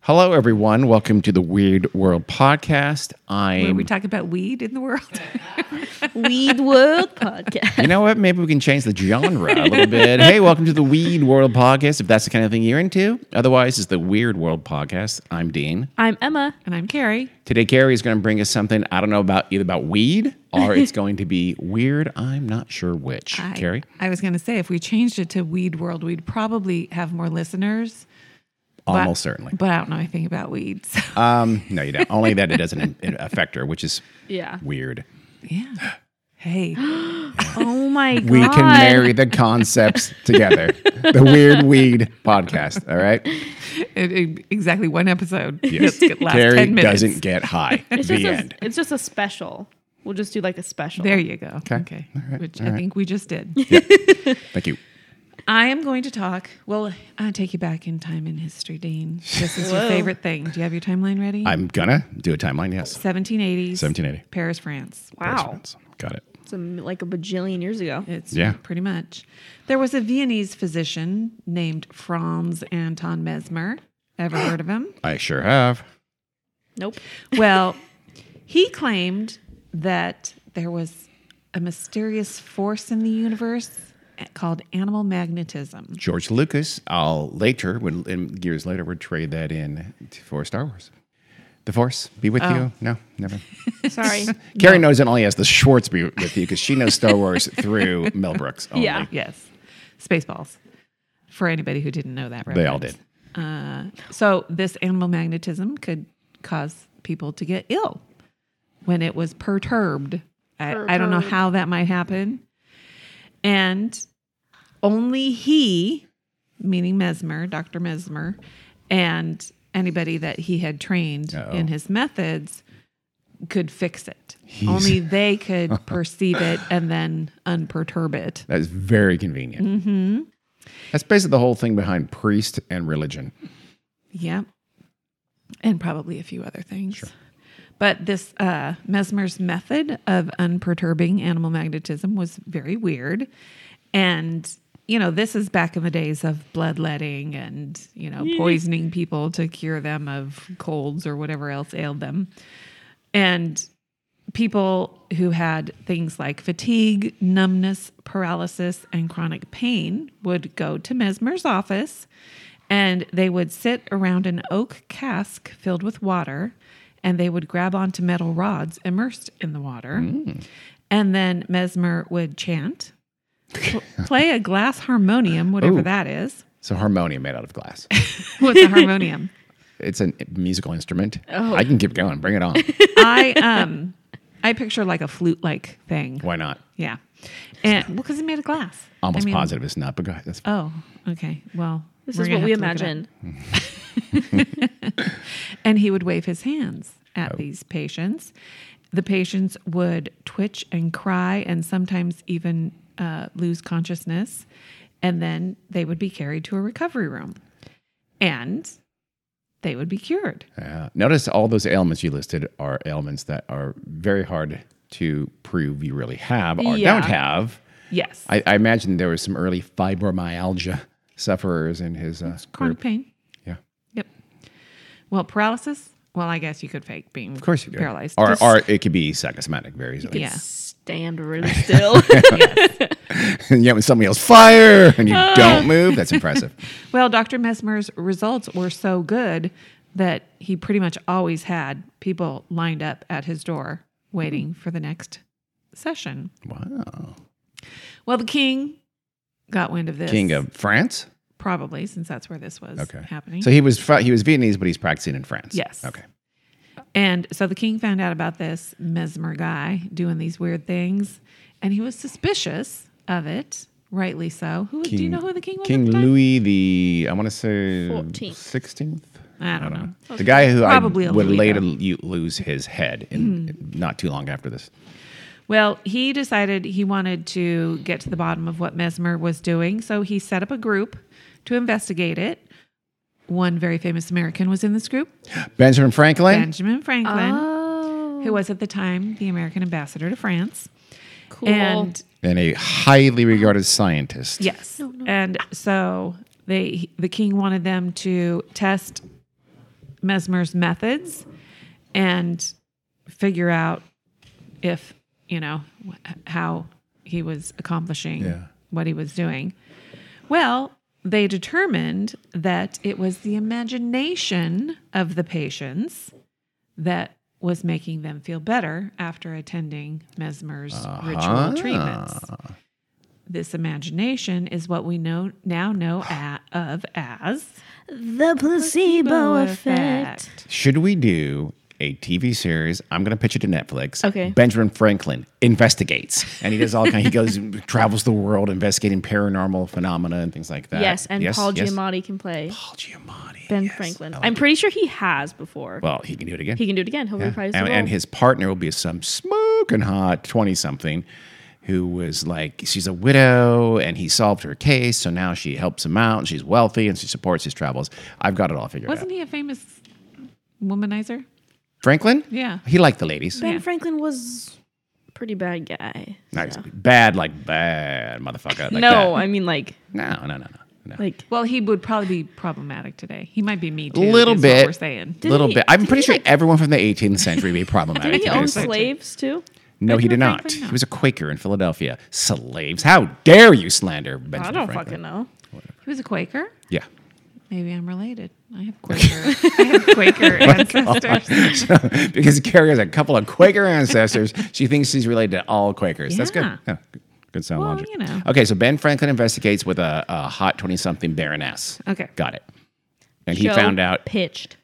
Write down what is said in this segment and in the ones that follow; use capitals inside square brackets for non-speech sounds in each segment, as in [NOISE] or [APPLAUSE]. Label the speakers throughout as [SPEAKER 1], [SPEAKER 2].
[SPEAKER 1] Hello, everyone. Welcome to the Weird World Podcast.
[SPEAKER 2] Where
[SPEAKER 1] I'm.
[SPEAKER 2] we talk about weed in the world. [LAUGHS]
[SPEAKER 3] Weed World Podcast.
[SPEAKER 1] you know what? Maybe we can change the genre a little bit. Hey, welcome to the Weed World Podcast, if that's the kind of thing you're into. Otherwise, it's the Weird World Podcast. I'm Dean.
[SPEAKER 3] I'm Emma.
[SPEAKER 2] and I'm Carrie.
[SPEAKER 1] Today, Carrie is going to bring us something I don't know about either about weed or it's going to be weird. I'm not sure which.
[SPEAKER 2] I-
[SPEAKER 1] Carrie?
[SPEAKER 2] I was going to say, if we changed it to Weed World, we'd probably have more listeners. but-
[SPEAKER 1] Almost certainly.
[SPEAKER 2] But I don't know anything about weed. [LAUGHS] So,
[SPEAKER 1] Um, no, you don't. Only that it doesn't in- in- affect her, which is
[SPEAKER 3] Yeah.
[SPEAKER 1] weird.
[SPEAKER 2] yeah. Hey,
[SPEAKER 3] Oh my god.
[SPEAKER 1] We can marry the concepts together. the Weird Weed Podcast. All right.
[SPEAKER 2] it- it- exactly one episode.
[SPEAKER 1] [LAUGHS] Yes.
[SPEAKER 2] That's good, last
[SPEAKER 1] Carrie
[SPEAKER 2] 10 minutes.
[SPEAKER 1] doesn't get high.
[SPEAKER 3] It's just
[SPEAKER 1] the
[SPEAKER 3] a,
[SPEAKER 1] end.
[SPEAKER 3] It's just a special. We'll just do like a special.
[SPEAKER 2] [LAUGHS] There you go. Okay. Which I think we just did.
[SPEAKER 1] Thank you.
[SPEAKER 2] I am going to talk. Well, I'll take you back in time in history, Dean. This is your
[SPEAKER 3] Whoa.
[SPEAKER 2] favorite thing. Do you have your timeline ready?
[SPEAKER 1] I'm gonna do a timeline. Yes.
[SPEAKER 2] 1780s.
[SPEAKER 1] 1780.
[SPEAKER 2] Paris, France.
[SPEAKER 3] Wow.
[SPEAKER 1] Got it.
[SPEAKER 3] It's a m like a bajillion years ago.
[SPEAKER 2] It's
[SPEAKER 1] Yeah.
[SPEAKER 2] pretty much. There was a Viennese physician named Franz Anton Mesmer. Ever heard of
[SPEAKER 1] [GASPS]
[SPEAKER 2] him?
[SPEAKER 1] I sure have.
[SPEAKER 3] Nope.
[SPEAKER 2] Well, he claimed that there was a mysterious force in the universe called animal magnetism.
[SPEAKER 1] George Lucas. I'll later, would, in years later, would trade that in t- for Star Wars. The Force be with you. No, never.
[SPEAKER 3] [LAUGHS] Sorry.
[SPEAKER 1] Carrie knows it only has the Schwartz be with you because she knows Star Wars through Mel Brooks. Only.
[SPEAKER 3] Yeah.
[SPEAKER 2] Yes. Spaceballs. For anybody who didn't know that reference.
[SPEAKER 1] They all did.
[SPEAKER 2] So this animal magnetism could cause people to get ill when it was perturbed. I, I don't know
[SPEAKER 3] Perturbed.
[SPEAKER 2] how that might happen. And only he, meaning Mesmer, Dr. Mesmer, and anybody that he had trained
[SPEAKER 1] Uh-oh.
[SPEAKER 2] in his methods could fix it. Only they could perceive it and then unperturb it.
[SPEAKER 1] That is very convenient. Mm-hmm. That's basically the whole thing behind priest and religion.
[SPEAKER 2] Yep. And probably a few other things. But this uh, Mesmer's method of unperturbing animal magnetism was very weird. And, you know, this is back in the days of bloodletting and, you know, poisoning people to cure them of colds or whatever else ailed them. And people who had things like fatigue, numbness, paralysis, and chronic pain would go to Mesmer's office and they would sit around an oak cask filled with water and they would grab onto metal rods immersed in the water.
[SPEAKER 1] Mm.
[SPEAKER 2] And then Mesmer would chant, pl- play a glass harmonium, whatever
[SPEAKER 1] Ooh.
[SPEAKER 2] that is.
[SPEAKER 1] So harmonium made out of glass.
[SPEAKER 2] What's a
[SPEAKER 1] [LAUGHS]
[SPEAKER 2] harmonium?
[SPEAKER 1] it's a musical instrument.
[SPEAKER 2] Oh.
[SPEAKER 1] I can keep going. Bring it
[SPEAKER 2] [LAUGHS]
[SPEAKER 1] on.
[SPEAKER 2] I um I picture like a flute like thing.
[SPEAKER 1] Why not?
[SPEAKER 2] Yeah. And well, because it made of glass. I
[SPEAKER 1] Almost
[SPEAKER 2] mean-
[SPEAKER 1] positive it's not, but go ahead. That's
[SPEAKER 2] Oh, okay. Well,
[SPEAKER 3] This
[SPEAKER 2] we're
[SPEAKER 3] is
[SPEAKER 2] gonna
[SPEAKER 3] what we
[SPEAKER 2] have to look it up.
[SPEAKER 3] imagine.
[SPEAKER 2] And he would wave his hands at
[SPEAKER 1] Oh.
[SPEAKER 2] these patients. The patients would twitch and cry and sometimes even uh, lose consciousness. And then they would be carried to a recovery room and they would be cured.
[SPEAKER 1] Yeah. Notice all those ailments you listed are ailments that are very hard to prove you really have or
[SPEAKER 3] Yeah.
[SPEAKER 1] don't have.
[SPEAKER 2] Yes.
[SPEAKER 1] I, I imagine there was some early fibromyalgia sufferers in his uh,
[SPEAKER 2] Chronic
[SPEAKER 1] group.
[SPEAKER 2] pain.
[SPEAKER 1] Yeah.
[SPEAKER 2] Yep. Well, paralysis. Well, I guess you could fake being
[SPEAKER 1] Of course you do.
[SPEAKER 2] paralyzed.
[SPEAKER 1] Or,
[SPEAKER 2] Just-
[SPEAKER 1] or it could be psychosomatic very easily. [LAUGHS]
[SPEAKER 2] Yeah.
[SPEAKER 3] Stand really [LAUGHS] still.
[SPEAKER 1] and yet when somebody else fire
[SPEAKER 2] [LAUGHS]
[SPEAKER 1] and you don't move, that's impressive.
[SPEAKER 2] Well, Dr. Mesmer's results were so good that he pretty much always had people lined up at his door waiting for the next session.
[SPEAKER 1] Wow.
[SPEAKER 2] Well, the king got wind of this.
[SPEAKER 1] King of France?
[SPEAKER 2] Probably, since that's where this was
[SPEAKER 1] Okay.
[SPEAKER 2] happening.
[SPEAKER 1] So he was fr- he was Vietnamese, but he's practicing in France.
[SPEAKER 2] Yes.
[SPEAKER 1] Okay.
[SPEAKER 2] and so the king found out about this Mesmer guy doing these weird things, and he was suspicious of it, rightly so. Who Do you
[SPEAKER 1] King-
[SPEAKER 2] know who the king was? at
[SPEAKER 1] King
[SPEAKER 2] the time?
[SPEAKER 1] Louis the I want to say
[SPEAKER 3] 14th.
[SPEAKER 1] 16th.
[SPEAKER 2] I don't know.
[SPEAKER 1] The guy who
[SPEAKER 2] Probably
[SPEAKER 1] I
[SPEAKER 2] a
[SPEAKER 1] would
[SPEAKER 2] Louis,
[SPEAKER 1] later
[SPEAKER 2] though.
[SPEAKER 1] you lose his head in
[SPEAKER 3] Hmm.
[SPEAKER 1] not too long after this.
[SPEAKER 2] Well, he decided he wanted to get to the bottom of what Mesmer was doing, so he set up a group to investigate it. One very famous American was in this group,
[SPEAKER 1] Benjamin Franklin.
[SPEAKER 2] Benjamin Franklin,
[SPEAKER 3] oh,
[SPEAKER 2] who was at the time the American ambassador to France.
[SPEAKER 3] cool.
[SPEAKER 2] And
[SPEAKER 1] and a highly regarded scientist.
[SPEAKER 2] yes, and so they the king wanted them to test Mesmer's methods and figure out if, you know, wh- how he was accomplishing
[SPEAKER 4] Yeah.
[SPEAKER 2] what he was doing. Well, they determined that it was the imagination of the patients that was making them feel better after attending Mesmer's ritual treatments. This imagination is what we know now know
[SPEAKER 1] [SIGHS]
[SPEAKER 2] a of as
[SPEAKER 3] The placebo effect.
[SPEAKER 1] Should we do a TV series? I'm going to pitch it to Netflix.
[SPEAKER 3] Okay.
[SPEAKER 1] Benjamin Franklin investigates, and he does all kind. he goes [LAUGHS] travels the world investigating paranormal phenomena and things like that.
[SPEAKER 3] Yes, and Paul
[SPEAKER 1] Uh, yes.
[SPEAKER 3] Giamatti can play
[SPEAKER 1] Paul Giamatti.
[SPEAKER 3] Ben
[SPEAKER 1] yes.
[SPEAKER 3] Franklin.
[SPEAKER 1] I like
[SPEAKER 3] I'm
[SPEAKER 1] it.
[SPEAKER 3] pretty sure he has before.
[SPEAKER 1] Well, he can do it again.
[SPEAKER 3] he can do it again. He'll
[SPEAKER 1] Yeah.
[SPEAKER 3] reprise the
[SPEAKER 1] and,
[SPEAKER 3] role.
[SPEAKER 1] and his partner will be some smoking hot 20 something who was like she's a widow and he solved her case so now she helps him out and she's wealthy and she supports his travels i've got it all figured
[SPEAKER 2] Wasn't
[SPEAKER 1] out
[SPEAKER 2] he a famous womanizer?
[SPEAKER 1] franklin
[SPEAKER 2] Yeah.
[SPEAKER 1] he liked the ladies
[SPEAKER 3] ben
[SPEAKER 2] Yeah.
[SPEAKER 3] Franklin was a pretty bad guy.
[SPEAKER 1] Nice.
[SPEAKER 3] so.
[SPEAKER 1] bad like bad motherfucker like
[SPEAKER 3] no,
[SPEAKER 1] that.
[SPEAKER 3] I mean like
[SPEAKER 1] no no no no no
[SPEAKER 3] like
[SPEAKER 2] Well, he would probably be problematic today. He might be me too.
[SPEAKER 1] Little
[SPEAKER 2] is what
[SPEAKER 1] bit.
[SPEAKER 2] we're saying.
[SPEAKER 3] Didn't
[SPEAKER 1] little
[SPEAKER 3] he-
[SPEAKER 1] bit i'm
[SPEAKER 3] didn't
[SPEAKER 1] pretty
[SPEAKER 3] he,
[SPEAKER 1] sure
[SPEAKER 3] like-
[SPEAKER 1] everyone from the 18th century would be problematic
[SPEAKER 3] he
[SPEAKER 1] to
[SPEAKER 3] owned
[SPEAKER 1] this.
[SPEAKER 2] slave?
[SPEAKER 3] slaves too.
[SPEAKER 1] no he did
[SPEAKER 2] Benjamin
[SPEAKER 1] not
[SPEAKER 2] Franklin?
[SPEAKER 1] he was a quaker in philadelphia slaves how dare you slander benjamin
[SPEAKER 3] I don't
[SPEAKER 1] franklin
[SPEAKER 3] fucking know.
[SPEAKER 2] He was a Quaker.
[SPEAKER 1] yeah
[SPEAKER 2] Maybe I'm related. I
[SPEAKER 1] [LAUGHS]
[SPEAKER 2] have Quaker. I have Quaker ancestors.
[SPEAKER 1] So, [LAUGHS] because Carrie has a couple of Quaker
[SPEAKER 2] [LAUGHS]
[SPEAKER 1] ancestors, she thinks she's related to all Quakers. That's good.
[SPEAKER 2] Yeah.
[SPEAKER 1] Yeah, good- Good sound
[SPEAKER 2] Well,
[SPEAKER 1] logic.
[SPEAKER 2] you know.
[SPEAKER 1] Okay, so Ben Franklin investigates with a, a hot 20 something baroness.
[SPEAKER 2] Okay.
[SPEAKER 1] Got it. And
[SPEAKER 3] Show
[SPEAKER 1] he found out
[SPEAKER 3] pitched.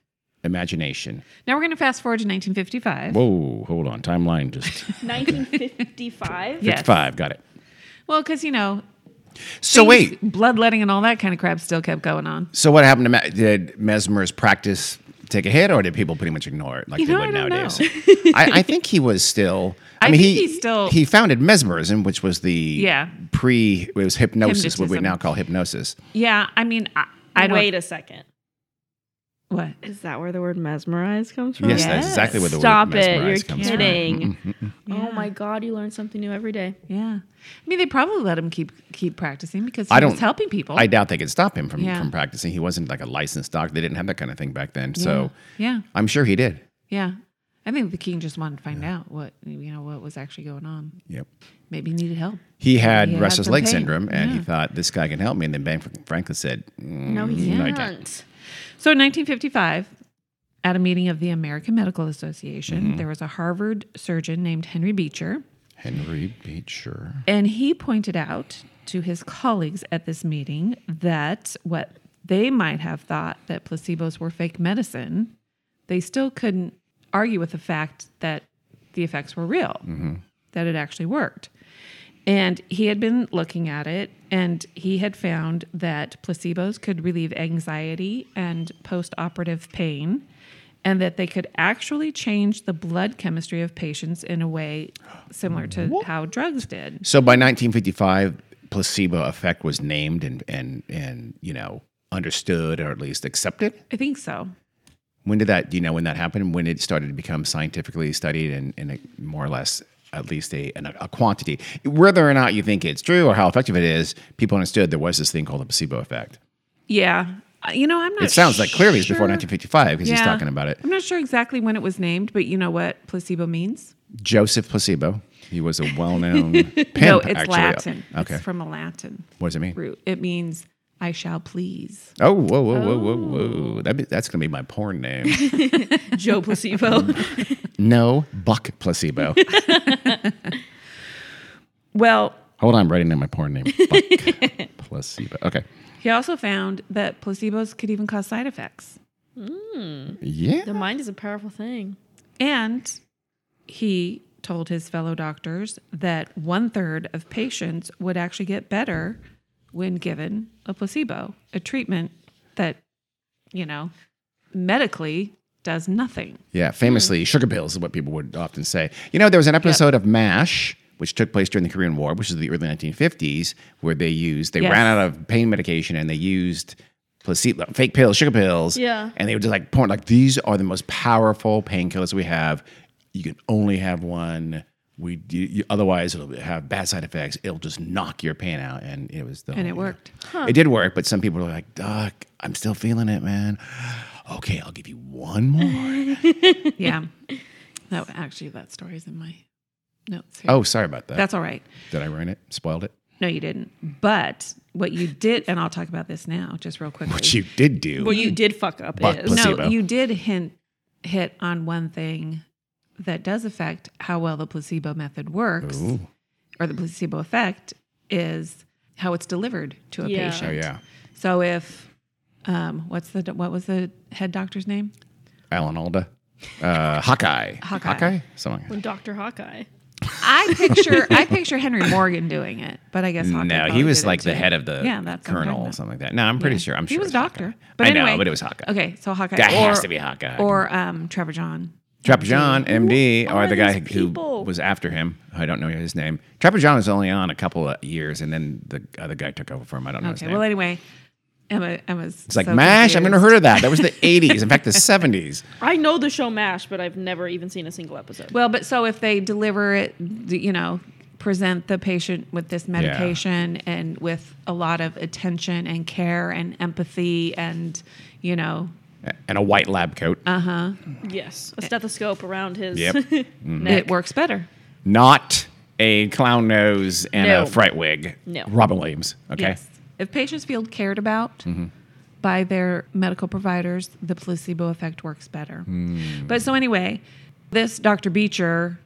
[SPEAKER 1] imagination.
[SPEAKER 2] Now we're going to fast forward to 1955.
[SPEAKER 1] Whoa, hold on. Timeline
[SPEAKER 2] [LAUGHS]
[SPEAKER 1] just
[SPEAKER 3] [LAUGHS] 1955.
[SPEAKER 2] Yeah. Yes.
[SPEAKER 1] five. Got it.
[SPEAKER 2] Well, because you know,
[SPEAKER 1] So,
[SPEAKER 2] things-
[SPEAKER 1] wait.
[SPEAKER 2] bloodletting and all that kind of crap still kept going on.
[SPEAKER 1] So, what happened to Ma- did Mesmer's practice take a hit or did people pretty much ignore it like
[SPEAKER 2] You
[SPEAKER 1] they
[SPEAKER 2] know,
[SPEAKER 1] would
[SPEAKER 2] I don't
[SPEAKER 1] nowadays?
[SPEAKER 2] know.
[SPEAKER 1] [LAUGHS] I, I think he was still. I,
[SPEAKER 2] I
[SPEAKER 1] mean,
[SPEAKER 2] think
[SPEAKER 1] he
[SPEAKER 2] he's still-
[SPEAKER 1] he founded mesmerism, which was the
[SPEAKER 2] Yeah.
[SPEAKER 1] pre it was hypnosis, what we
[SPEAKER 2] Hypnotism.
[SPEAKER 1] now call hypnosis.
[SPEAKER 2] Yeah, I mean, I, I don't.
[SPEAKER 3] Wait a second.
[SPEAKER 2] What?
[SPEAKER 3] Is that where the word mesmerize comes from?
[SPEAKER 1] Yes,
[SPEAKER 2] Yes.
[SPEAKER 1] that's exactly where the
[SPEAKER 3] Stop
[SPEAKER 1] word
[SPEAKER 3] it!
[SPEAKER 1] mesmerize
[SPEAKER 3] You're
[SPEAKER 1] comes from.
[SPEAKER 3] kidding.
[SPEAKER 1] [LAUGHS]
[SPEAKER 2] Yeah.
[SPEAKER 3] Oh my god, you learn something new every day.
[SPEAKER 2] Yeah, I mean, they probably let him keep keep practicing because he
[SPEAKER 1] I
[SPEAKER 2] was
[SPEAKER 1] don't-
[SPEAKER 2] helping people.
[SPEAKER 1] I doubt they could stop him from
[SPEAKER 2] Yeah.
[SPEAKER 1] from practicing. He wasn't like a licensed doctor. They didn't have that kind of thing back then. So
[SPEAKER 2] yeah,
[SPEAKER 1] I'm sure he did.
[SPEAKER 2] yeah. I think the king just wanted to find out what you know what was actually going on.
[SPEAKER 1] Yep.
[SPEAKER 2] Maybe he needed help.
[SPEAKER 1] He had
[SPEAKER 2] He had
[SPEAKER 1] restless
[SPEAKER 2] some
[SPEAKER 1] leg
[SPEAKER 2] pain.
[SPEAKER 1] syndrome, and he
[SPEAKER 2] Yeah.
[SPEAKER 1] thought this guy can help me. And then Ben Franklin said, "Mm,
[SPEAKER 3] No, he
[SPEAKER 1] I
[SPEAKER 3] can't.
[SPEAKER 1] don't."
[SPEAKER 2] So in 1955, at a meeting of the American Medical Association,
[SPEAKER 1] Mm-hmm.
[SPEAKER 2] there was a Harvard surgeon named Henry Beecher.
[SPEAKER 1] Henry Beecher.
[SPEAKER 2] And he pointed out to his colleagues at this meeting that what they might have thought that placebos were fake medicine, they still couldn't argue with the fact that the effects were real, that it actually worked. And he had been looking at it and he had found that placebos could relieve anxiety and post operative pain, and that they could actually change the blood chemistry of patients in a way similar to how drugs did.
[SPEAKER 1] So by 1955, placebo effect was named and and and you know understood or at least accepted.
[SPEAKER 2] I think so.
[SPEAKER 1] When did that? Do you know when that happened? When it started to become scientifically studied and, and it more or less at least a an, a quantity, whether or not you think it's true or how effective it is, people understood there was this thing called the placebo effect.
[SPEAKER 2] Yeah. Uh, You know, I'm not
[SPEAKER 1] It sounds like clearly it's before
[SPEAKER 2] sure-
[SPEAKER 1] 1955 because he's
[SPEAKER 2] Yeah.
[SPEAKER 1] talking about it.
[SPEAKER 2] I'm not sure exactly when it was named, but you know what placebo means?
[SPEAKER 1] Joseph Placebo. He was a well-known
[SPEAKER 2] [LAUGHS]
[SPEAKER 1] pimp.
[SPEAKER 2] no, it's
[SPEAKER 1] actually.
[SPEAKER 2] Latin.
[SPEAKER 1] Okay,
[SPEAKER 2] It's from a Latin
[SPEAKER 1] what does it mean?
[SPEAKER 2] root. It means I shall please.
[SPEAKER 1] Oh, whoa, whoa, whoa, whoa, whoa! That be, that's gonna be my porn name.
[SPEAKER 3] [LAUGHS]
[SPEAKER 1] [LAUGHS]
[SPEAKER 3] Joe Placebo.
[SPEAKER 1] No, Buck Placebo.
[SPEAKER 2] Well,
[SPEAKER 1] Hold on, I'm writing down my porn name. Buck Placebo. Okay.
[SPEAKER 2] he also found that placebos could even cause side effects.
[SPEAKER 1] Yeah.
[SPEAKER 3] the mind is a powerful thing.
[SPEAKER 2] And he told his fellow doctors that one third of patients would actually get better when given a placebo, a treatment that, you know, medically does nothing.
[SPEAKER 1] Yeah. Famously, sugar pills is what people would often say. You know, there was an episode of MASH, which took place during the Korean War, which is the early 1950s, where they used, they
[SPEAKER 2] Yes.
[SPEAKER 1] ran out of pain medication and they used placebo, fake pills, sugar pills.
[SPEAKER 3] Yeah.
[SPEAKER 1] And they were just like, point, like, these are the most powerful painkillers we have. You can only have one. We you, you- otherwise it'll have bad side effects. It'll just knock your pain out, and it was the
[SPEAKER 2] And
[SPEAKER 1] whole-
[SPEAKER 2] it worked.
[SPEAKER 1] It did work, but some people were like, "Doc, I'm still feeling it, man. okay, I'll give you one
[SPEAKER 2] [LAUGHS]
[SPEAKER 1] more.
[SPEAKER 2] Yeah. that actually that story's in my notes here.
[SPEAKER 1] oh, sorry about that.
[SPEAKER 2] That's all right.
[SPEAKER 1] Did I ruin it? Spoiled it?
[SPEAKER 2] No, you didn't. But what you did, and I'll talk about this now, just real quickly.
[SPEAKER 1] What you did do.
[SPEAKER 3] Well, you did fuck up.
[SPEAKER 1] Buck
[SPEAKER 3] is.
[SPEAKER 1] pussy.
[SPEAKER 2] no,
[SPEAKER 1] placebo.
[SPEAKER 2] you did hint hit on one thing that does affect how well the placebo method works,
[SPEAKER 1] Ooh.
[SPEAKER 2] or the placebo effect is how it's delivered to a
[SPEAKER 3] Yeah.
[SPEAKER 2] patient.
[SPEAKER 1] oh yeah,
[SPEAKER 2] So if um, what's the what was the head doctor's name?
[SPEAKER 1] Alan Alda, uh, Hawkeye,
[SPEAKER 2] Hawkeye.
[SPEAKER 1] Something.
[SPEAKER 3] When Doctor Hawkeye.
[SPEAKER 1] [LAUGHS]
[SPEAKER 2] I picture I picture Henry Morgan doing it, but I guess Hawkeye
[SPEAKER 1] no,
[SPEAKER 2] probably
[SPEAKER 1] he was
[SPEAKER 2] did it
[SPEAKER 1] like the
[SPEAKER 2] too.
[SPEAKER 1] head of the
[SPEAKER 2] Yeah, that's what I'm
[SPEAKER 1] colonel
[SPEAKER 2] talking
[SPEAKER 1] or
[SPEAKER 2] about.
[SPEAKER 1] something like that. No, I'm pretty
[SPEAKER 2] Yeah.
[SPEAKER 1] sure. I'm
[SPEAKER 2] he
[SPEAKER 1] sure it
[SPEAKER 2] was
[SPEAKER 1] was
[SPEAKER 2] doctor,
[SPEAKER 1] Hawkeye.
[SPEAKER 2] but
[SPEAKER 1] I
[SPEAKER 2] anyway,
[SPEAKER 1] know, but it was Hawkeye.
[SPEAKER 2] Okay, so Hawkeye
[SPEAKER 1] That
[SPEAKER 2] or,
[SPEAKER 1] has to be Hawkeye.
[SPEAKER 2] or um, Trevor John.
[SPEAKER 1] Trapper John, MD,
[SPEAKER 3] Who
[SPEAKER 1] or
[SPEAKER 3] are
[SPEAKER 1] the guy
[SPEAKER 3] these
[SPEAKER 1] who
[SPEAKER 3] people?
[SPEAKER 1] was after him. I don't know his name. Trapper John was only on a couple of years, and then the other guy took over for him. I don't know his
[SPEAKER 2] Okay,
[SPEAKER 1] name.
[SPEAKER 2] well anyway, Emma, Emma's
[SPEAKER 1] it's like Mash. I've never heard of that. That was the [LAUGHS] '80s. In fact, the '70s.
[SPEAKER 3] I know the show MASH, but I've never even seen a single episode.
[SPEAKER 2] Well, but so if they deliver it, d- you know, present the patient with this medication and with a lot of attention and care and empathy and, you know,
[SPEAKER 1] And a white lab coat.
[SPEAKER 3] yes, a stethoscope around his.
[SPEAKER 1] Yep.
[SPEAKER 3] neck.
[SPEAKER 2] it works better.
[SPEAKER 1] Not a clown nose and
[SPEAKER 3] No.
[SPEAKER 1] a fright wig.
[SPEAKER 3] No.
[SPEAKER 1] Robin Williams. Okay.
[SPEAKER 2] Yes. If patients feel cared about by their medical providers, the placebo effect works better. But so, anyway, this Dr. Beecher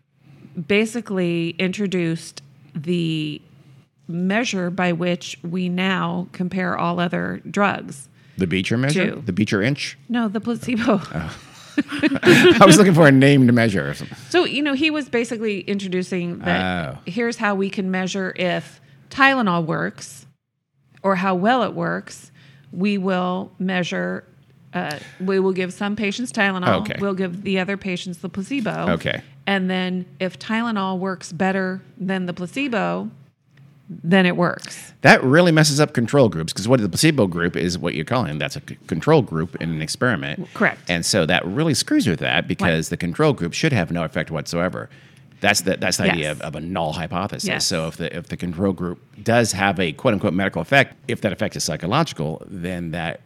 [SPEAKER 2] basically introduced the measure by which we now compare all other drugs.
[SPEAKER 1] The Beecher measure.
[SPEAKER 2] Two.
[SPEAKER 1] The Beecher inch. [LAUGHS]
[SPEAKER 2] No, the placebo.
[SPEAKER 1] Oh. I was looking for a name to measure. Or something.
[SPEAKER 2] So, you know, he was basically introducing that
[SPEAKER 1] Oh.
[SPEAKER 2] here's how we can measure if Tylenol works or how well it works. We will measure, uh, we will give some patients Tylenol,
[SPEAKER 1] Oh, Okay.
[SPEAKER 2] we'll give the other patients the placebo.
[SPEAKER 1] Okay.
[SPEAKER 2] And then if Tylenol works better than the placebo, then it works.
[SPEAKER 1] That really messes up control groups because what the placebo group is what you're calling that's a c- control group in an experiment.
[SPEAKER 2] Correct.
[SPEAKER 1] And so that really screws with that because the control group should have no effect whatsoever. That's the that's the idea of,
[SPEAKER 2] Yes.
[SPEAKER 1] of a null hypothesis.
[SPEAKER 2] Yes.
[SPEAKER 1] So if the if the control group does have a quote unquote medical effect, if that effect is psychological, then that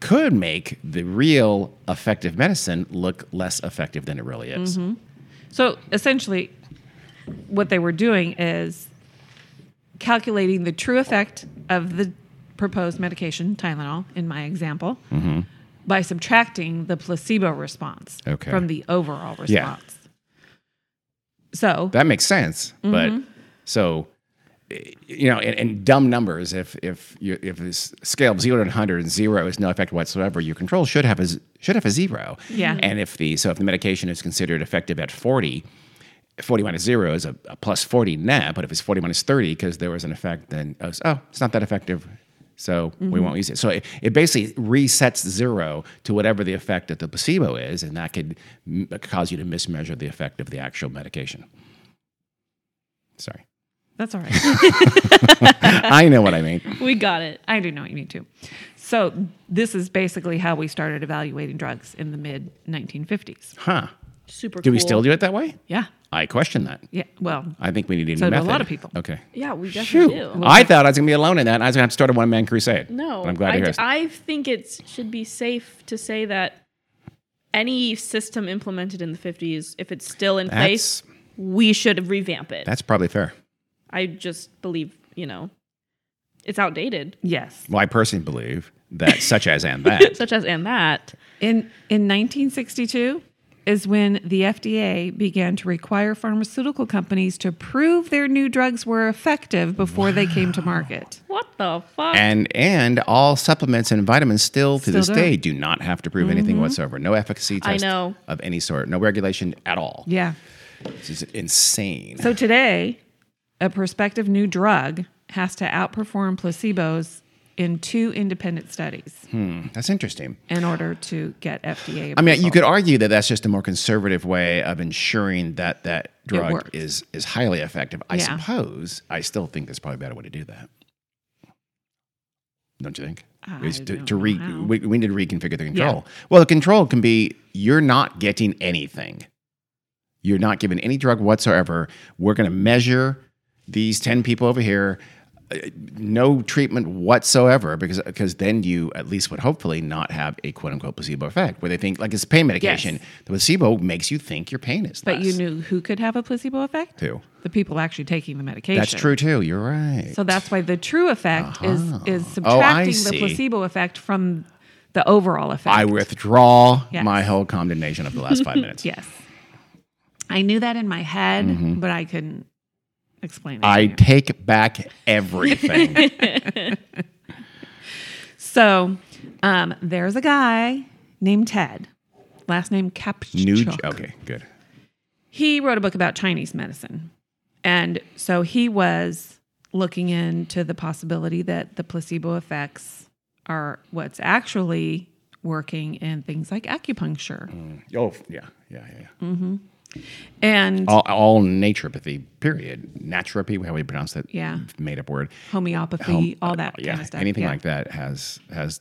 [SPEAKER 1] could make the real effective medicine look less effective than it really is.
[SPEAKER 2] Mm-hmm. So essentially, what they were doing is calculating the true effect of the proposed medication, Tylenol, in my example,
[SPEAKER 1] Mm-hmm.
[SPEAKER 2] by subtracting the placebo response
[SPEAKER 1] Okay.
[SPEAKER 2] from the overall response.
[SPEAKER 1] Yeah.
[SPEAKER 2] So
[SPEAKER 1] that makes sense. But
[SPEAKER 2] Mm-hmm.
[SPEAKER 1] so y- you know, in, in dumb numbers, if if you, if this scale of zero to hundred and zero is no effect whatsoever, your control should have a z- should have a zero.
[SPEAKER 2] Yeah.
[SPEAKER 1] And if the so if the medication is considered effective at forty. 40 minus 0 is a, a plus 40 now, but if it's 40 minus 30 because there was an effect, then oh, it's- oh, it's not that effective, so we won't use it. So it, it basically resets 0 to whatever the effect of the placebo is, and that could m- cause you to mismeasure the effect of the actual medication. Sorry. [LAUGHS]
[SPEAKER 2] that's all right.
[SPEAKER 1] I know what I mean.
[SPEAKER 3] [LAUGHS] We got it.
[SPEAKER 2] I do know what you need to. So this is basically how we started evaluating drugs in the mid 1950s.
[SPEAKER 1] Huh.
[SPEAKER 3] Super.
[SPEAKER 1] Do
[SPEAKER 3] cool.
[SPEAKER 1] we still do it that way?
[SPEAKER 2] Yeah.
[SPEAKER 1] I question that.
[SPEAKER 2] Yeah. Well,
[SPEAKER 1] I think we need a new
[SPEAKER 2] So do a
[SPEAKER 1] method.
[SPEAKER 2] lot of people.
[SPEAKER 1] Okay.
[SPEAKER 3] Yeah, we
[SPEAKER 1] Phew.
[SPEAKER 3] definitely do.
[SPEAKER 1] I thought I was going to be alone in that. and I was going to have to start a one man crusade.
[SPEAKER 3] No,
[SPEAKER 1] But I'm glad
[SPEAKER 3] I,
[SPEAKER 1] to hear
[SPEAKER 3] d-
[SPEAKER 1] us.
[SPEAKER 3] I think it should be safe to say that any system implemented in the 50s, if it's still in
[SPEAKER 1] That's-
[SPEAKER 3] place, we should revamp it.
[SPEAKER 1] That's probably fair.
[SPEAKER 3] I just believe, you know, it's outdated,
[SPEAKER 2] yes.
[SPEAKER 1] Well, I personally believe
[SPEAKER 3] [LAUGHS]
[SPEAKER 1] that such as and that.
[SPEAKER 3] such as and that.
[SPEAKER 2] In in 1962 is when the FDA began to require pharmaceutical companies to prove their new drugs were effective before they came to market.
[SPEAKER 3] What the fuck?
[SPEAKER 1] And and all supplements and vitamins still to
[SPEAKER 2] Still
[SPEAKER 1] this
[SPEAKER 2] do.
[SPEAKER 1] day do not have to prove anything whatsoever. No efficacy
[SPEAKER 3] Mm-hmm. I
[SPEAKER 1] test
[SPEAKER 3] know.
[SPEAKER 1] of any sort. No regulation at all.
[SPEAKER 2] Yeah.
[SPEAKER 1] This is insane.
[SPEAKER 2] So today, a prospective new drug has to outperform placebos in two independent studies
[SPEAKER 1] Hmm. That's interesting.
[SPEAKER 2] in order to get FDA approval.
[SPEAKER 1] I mean, you could argue that that's just a more conservative way of ensuring that that drug
[SPEAKER 2] works.
[SPEAKER 1] is is highly effective. I
[SPEAKER 2] Yeah.
[SPEAKER 1] suppose. I still think there's probably a better way to do that. Don't you think?
[SPEAKER 2] I
[SPEAKER 1] Is to,
[SPEAKER 2] don't
[SPEAKER 1] to
[SPEAKER 2] know
[SPEAKER 1] re,
[SPEAKER 2] how.
[SPEAKER 1] we, we need to reconfigure the control. Well, the control can be you're not getting anything. You're not given any drug whatsoever. We're going to measure these 10 people over here uh, no treatment whatsoever because because then you at least would hopefully not have a quote unquote placebo effect where they think like it's pain medication.
[SPEAKER 2] Yes.
[SPEAKER 1] The placebo makes you think your pain is
[SPEAKER 2] But you
[SPEAKER 1] less,
[SPEAKER 2] knew who could have a placebo effect?
[SPEAKER 1] too.
[SPEAKER 2] The people actually taking the medication.
[SPEAKER 1] That's true too. You're right.
[SPEAKER 2] So that's why the true effect is is
[SPEAKER 1] Oh, I
[SPEAKER 2] subtracting the
[SPEAKER 1] see.
[SPEAKER 2] placebo effect from the overall effect.
[SPEAKER 1] I withdraw
[SPEAKER 2] Yes.
[SPEAKER 1] my whole condemnation of the last
[SPEAKER 2] [LAUGHS]
[SPEAKER 1] five minutes.
[SPEAKER 2] Yes. I knew that in my head, but I couldn't explain it.
[SPEAKER 1] Mm-hmm. I
[SPEAKER 2] to you.
[SPEAKER 1] take back
[SPEAKER 2] [LAUGHS]
[SPEAKER 1] everything.
[SPEAKER 2] so um, there's a guy named Ted, last name Kapchuk.
[SPEAKER 1] New. Okay, good.
[SPEAKER 2] he wrote a book about Chinese medicine. And so he was looking into the possibility that the placebo effects are what's actually working in things like acupuncture.
[SPEAKER 1] Oh yeah, yeah, yeah.
[SPEAKER 2] Mm.
[SPEAKER 1] yeah.
[SPEAKER 2] And
[SPEAKER 1] All, all naturopathy. Period. Naturopathy. How do you pronounce that?
[SPEAKER 2] Yeah.
[SPEAKER 1] Made up word.
[SPEAKER 2] homeopathy, all that
[SPEAKER 1] uh, yeah.
[SPEAKER 2] kind of stuff.
[SPEAKER 1] Anything
[SPEAKER 2] Yeah.
[SPEAKER 1] like that has has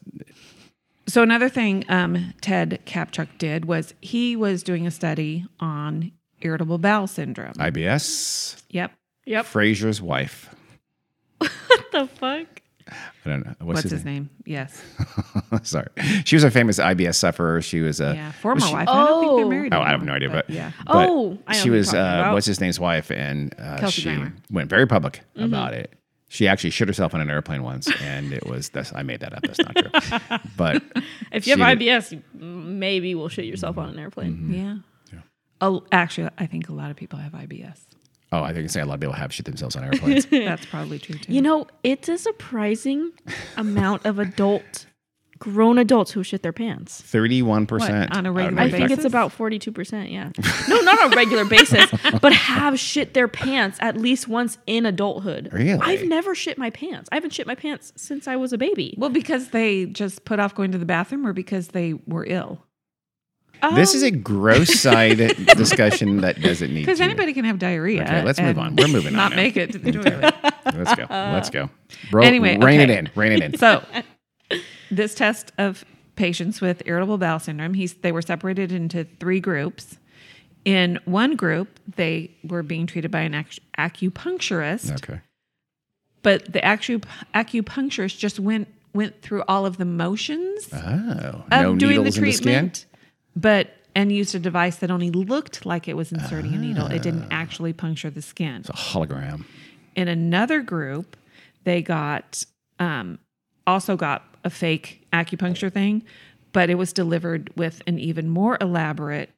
[SPEAKER 2] So another thing um, Ted Kapchuk did was he was doing a study on irritable bowel syndrome.
[SPEAKER 1] IBS.
[SPEAKER 2] yep.
[SPEAKER 3] Yep.
[SPEAKER 1] Fraser's wife.
[SPEAKER 3] What the fuck?
[SPEAKER 1] I don't know what's,
[SPEAKER 2] What's his name? Yes.
[SPEAKER 1] Sorry, she was a famous IBS sufferer. She [LAUGHS] was a
[SPEAKER 2] Yeah. Former
[SPEAKER 1] was she-
[SPEAKER 2] wife. I don't think they're
[SPEAKER 3] Oh.
[SPEAKER 2] married.
[SPEAKER 1] Oh, I have
[SPEAKER 2] anymore,
[SPEAKER 1] no idea, but,
[SPEAKER 2] yeah.
[SPEAKER 1] but
[SPEAKER 3] Oh, I know
[SPEAKER 1] she
[SPEAKER 3] who you're
[SPEAKER 1] was
[SPEAKER 3] talking
[SPEAKER 1] uh,
[SPEAKER 3] about.
[SPEAKER 1] what's his name's wife, and uh,
[SPEAKER 2] Kelsey
[SPEAKER 1] she
[SPEAKER 2] Grammer. Mm-hmm.
[SPEAKER 1] went very public about it. She actually shit herself on an airplane once, and it was that's I made that up. That's not true,
[SPEAKER 2] [LAUGHS]
[SPEAKER 1] but
[SPEAKER 3] If you
[SPEAKER 1] She
[SPEAKER 3] have
[SPEAKER 1] did- Mm-hmm.
[SPEAKER 3] IBS, you maybe will shit yourself on an airplane.
[SPEAKER 2] Yeah. A- actually, I think a lot of people have
[SPEAKER 3] [LAUGHS]
[SPEAKER 2] IBS.
[SPEAKER 1] oh, I think it's a lot of people have shit themselves on
[SPEAKER 2] [LAUGHS]
[SPEAKER 1] airplanes.
[SPEAKER 2] That's probably true too.
[SPEAKER 3] You know, it's
[SPEAKER 1] [LAUGHS]
[SPEAKER 3] a surprising amount of adult, grown adults who shit their pants.
[SPEAKER 1] Thirty-one percent
[SPEAKER 2] What, on a regular
[SPEAKER 3] I
[SPEAKER 2] Regular
[SPEAKER 3] think
[SPEAKER 2] basis?
[SPEAKER 3] it's about 42%, yeah. No, not on a regular basis, but have shit their pants at least once in adulthood.
[SPEAKER 1] Really?
[SPEAKER 3] I've never shit my pants. I haven't shit my pants since I was a baby.
[SPEAKER 2] well, because they just put off going to the bathroom or because they were ill.
[SPEAKER 1] This
[SPEAKER 3] Um,
[SPEAKER 1] is a
[SPEAKER 2] [LAUGHS]
[SPEAKER 1] gross side discussion that doesn't need.
[SPEAKER 2] Because
[SPEAKER 1] to.
[SPEAKER 2] anybody can have diarrhea.
[SPEAKER 1] Okay, let's move
[SPEAKER 2] and
[SPEAKER 1] on. We're
[SPEAKER 2] [LAUGHS]
[SPEAKER 1] moving on
[SPEAKER 2] Not
[SPEAKER 1] now.
[SPEAKER 2] make it to
[SPEAKER 1] [LAUGHS]
[SPEAKER 2] the toilet.
[SPEAKER 1] Let's go. Let's go. Bro,
[SPEAKER 2] Anyway,
[SPEAKER 1] rein it
[SPEAKER 2] okay.
[SPEAKER 1] in. Rein it in.
[SPEAKER 2] [LAUGHS] so, this test of patients with irritable bowel syndrome, he's, they were separated into three groups. In one group, they were being treated by an ac- acupuncturist.
[SPEAKER 1] okay.
[SPEAKER 2] but the actu- acupuncturist just went went through all of the motions
[SPEAKER 1] Oh,
[SPEAKER 2] of
[SPEAKER 1] no
[SPEAKER 2] Um, doing the
[SPEAKER 1] needles in the skin.
[SPEAKER 2] treatment, but and used a device that only looked like it was inserting a needle. It didn't
[SPEAKER 1] Ah.
[SPEAKER 2] actually puncture the skin.
[SPEAKER 1] It's a hologram.
[SPEAKER 2] In another group, they got um, also got a fake acupuncture thing, but it was delivered with an even more elaborate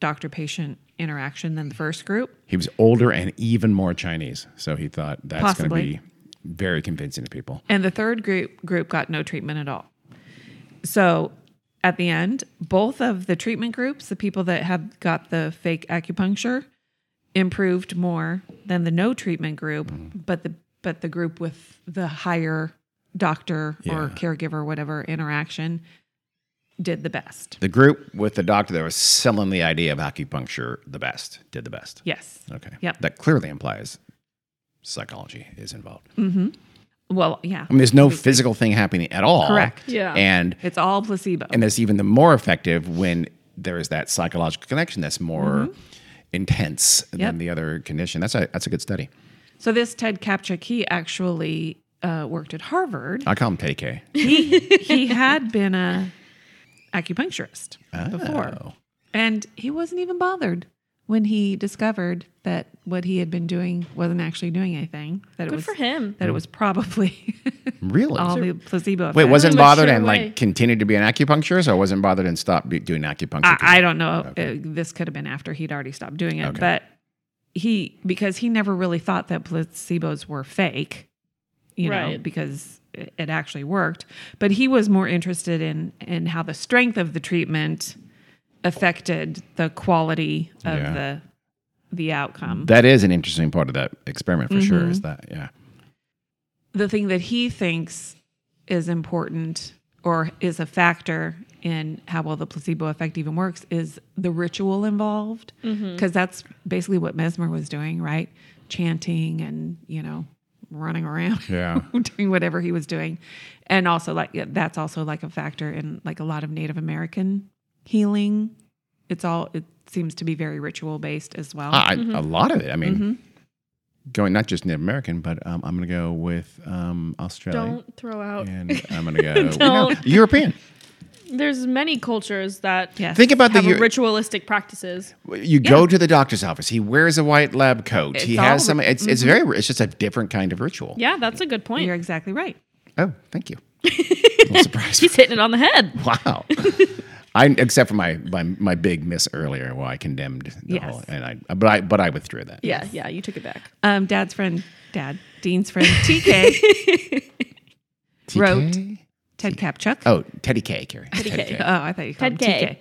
[SPEAKER 2] doctor patient interaction than the first group.
[SPEAKER 1] He was older and even more Chinese, so he thought that's going to
[SPEAKER 2] Possibly.
[SPEAKER 1] be very convincing to people.
[SPEAKER 2] And the third group group got no treatment at all. So at the end, both of the treatment groups, the people that had got the fake acupuncture, improved more than the no treatment group,
[SPEAKER 1] Mm-hmm.
[SPEAKER 2] but the but the group with the higher doctor or
[SPEAKER 1] Yeah.
[SPEAKER 2] caregiver whatever interaction did the best.
[SPEAKER 1] The group with the doctor that was selling the idea of acupuncture the best did the best.
[SPEAKER 2] Yes.
[SPEAKER 1] Okay.
[SPEAKER 2] Yep.
[SPEAKER 1] That clearly implies psychology is involved.
[SPEAKER 2] Mm. Well, yeah.
[SPEAKER 1] I mean, there's no physical thing happening at all.
[SPEAKER 2] Correct.
[SPEAKER 3] Yeah.
[SPEAKER 1] And
[SPEAKER 2] It's all placebo.
[SPEAKER 1] and that's even the more effective when there is that psychological connection that's more intense than
[SPEAKER 2] Mm-hmm. Yep.
[SPEAKER 1] the other condition. That's a that's a good study.
[SPEAKER 2] so this Ted Kapchuk, he actually uh, worked at Harvard.
[SPEAKER 1] I call him KK.
[SPEAKER 2] he he had been a acupuncturist before, and he wasn't even bothered when he discovered that what he had been doing wasn't actually doing anything. That it
[SPEAKER 3] Good
[SPEAKER 2] was
[SPEAKER 3] for him.
[SPEAKER 2] That it was probably [LAUGHS]
[SPEAKER 1] Really?
[SPEAKER 2] all the placebo.
[SPEAKER 1] Wait,
[SPEAKER 2] effect.
[SPEAKER 1] wasn't
[SPEAKER 3] mature
[SPEAKER 1] bothered and
[SPEAKER 3] way.
[SPEAKER 1] like continued to be an acupuncturist, or wasn't bothered and stopped be- doing acupuncture?
[SPEAKER 2] I, I don't know. Uh, this could have been after he'd already stopped doing it, but he because he never really thought that placebos were fake, you know,
[SPEAKER 3] Right.
[SPEAKER 2] because it it actually worked. But he was more interested in in how the strength of the treatment affected the quality of
[SPEAKER 1] Yeah.
[SPEAKER 2] the the outcome.
[SPEAKER 1] that is an interesting part of that experiment for sure. Is
[SPEAKER 3] Mm-hmm.
[SPEAKER 1] that yeah?
[SPEAKER 2] the thing that he thinks is important or is a factor in how well the placebo effect even works is the ritual involved because that's basically what mesmer was doing right chanting and you know running around
[SPEAKER 1] Yeah.
[SPEAKER 2] [LAUGHS] doing whatever he was doing and also like yeah, that's also like a factor in like a lot of native american healing
[SPEAKER 3] Mm-hmm.
[SPEAKER 2] it's all it seems to be very ritual based as well
[SPEAKER 1] I, a lot of it. I mean, going not just Native American, but um, I'm going to go with um, Australia.
[SPEAKER 3] Don't throw out.
[SPEAKER 1] And I'm going to
[SPEAKER 3] [LAUGHS]
[SPEAKER 1] go you know,
[SPEAKER 3] Don't.
[SPEAKER 1] European.
[SPEAKER 3] There's many cultures that
[SPEAKER 2] Yes.
[SPEAKER 1] Think about
[SPEAKER 3] have
[SPEAKER 1] the Eu-
[SPEAKER 3] ritualistic practices.
[SPEAKER 1] You go to the doctor's office. He wears a white lab coat. he
[SPEAKER 3] It's
[SPEAKER 1] has
[SPEAKER 3] all-
[SPEAKER 1] some.
[SPEAKER 3] Mm-hmm.
[SPEAKER 1] It's, it's very. It's just a different kind of ritual.
[SPEAKER 3] Yeah, that's a good
[SPEAKER 2] You're
[SPEAKER 3] point.
[SPEAKER 2] exactly right.
[SPEAKER 1] Oh, thank you.
[SPEAKER 3] [LAUGHS]
[SPEAKER 1] I'm surprised.
[SPEAKER 3] He's hitting it on the head.
[SPEAKER 1] wow. I except for my, my my big miss earlier where I condemned the
[SPEAKER 2] Yes.
[SPEAKER 1] whole and I but I but I withdrew that.
[SPEAKER 3] Yeah, yeah, you took it back.
[SPEAKER 2] Um, Dad's friend, Dad, Dean's
[SPEAKER 1] [LAUGHS]
[SPEAKER 2] friend, TK,
[SPEAKER 1] TK?
[SPEAKER 2] Wrote. Ted Kapchuk.
[SPEAKER 1] Oh, Teddy K, Carrie. Teddy,
[SPEAKER 3] K.
[SPEAKER 2] Oh, I thought you called
[SPEAKER 3] Ted
[SPEAKER 2] him TK.
[SPEAKER 3] K.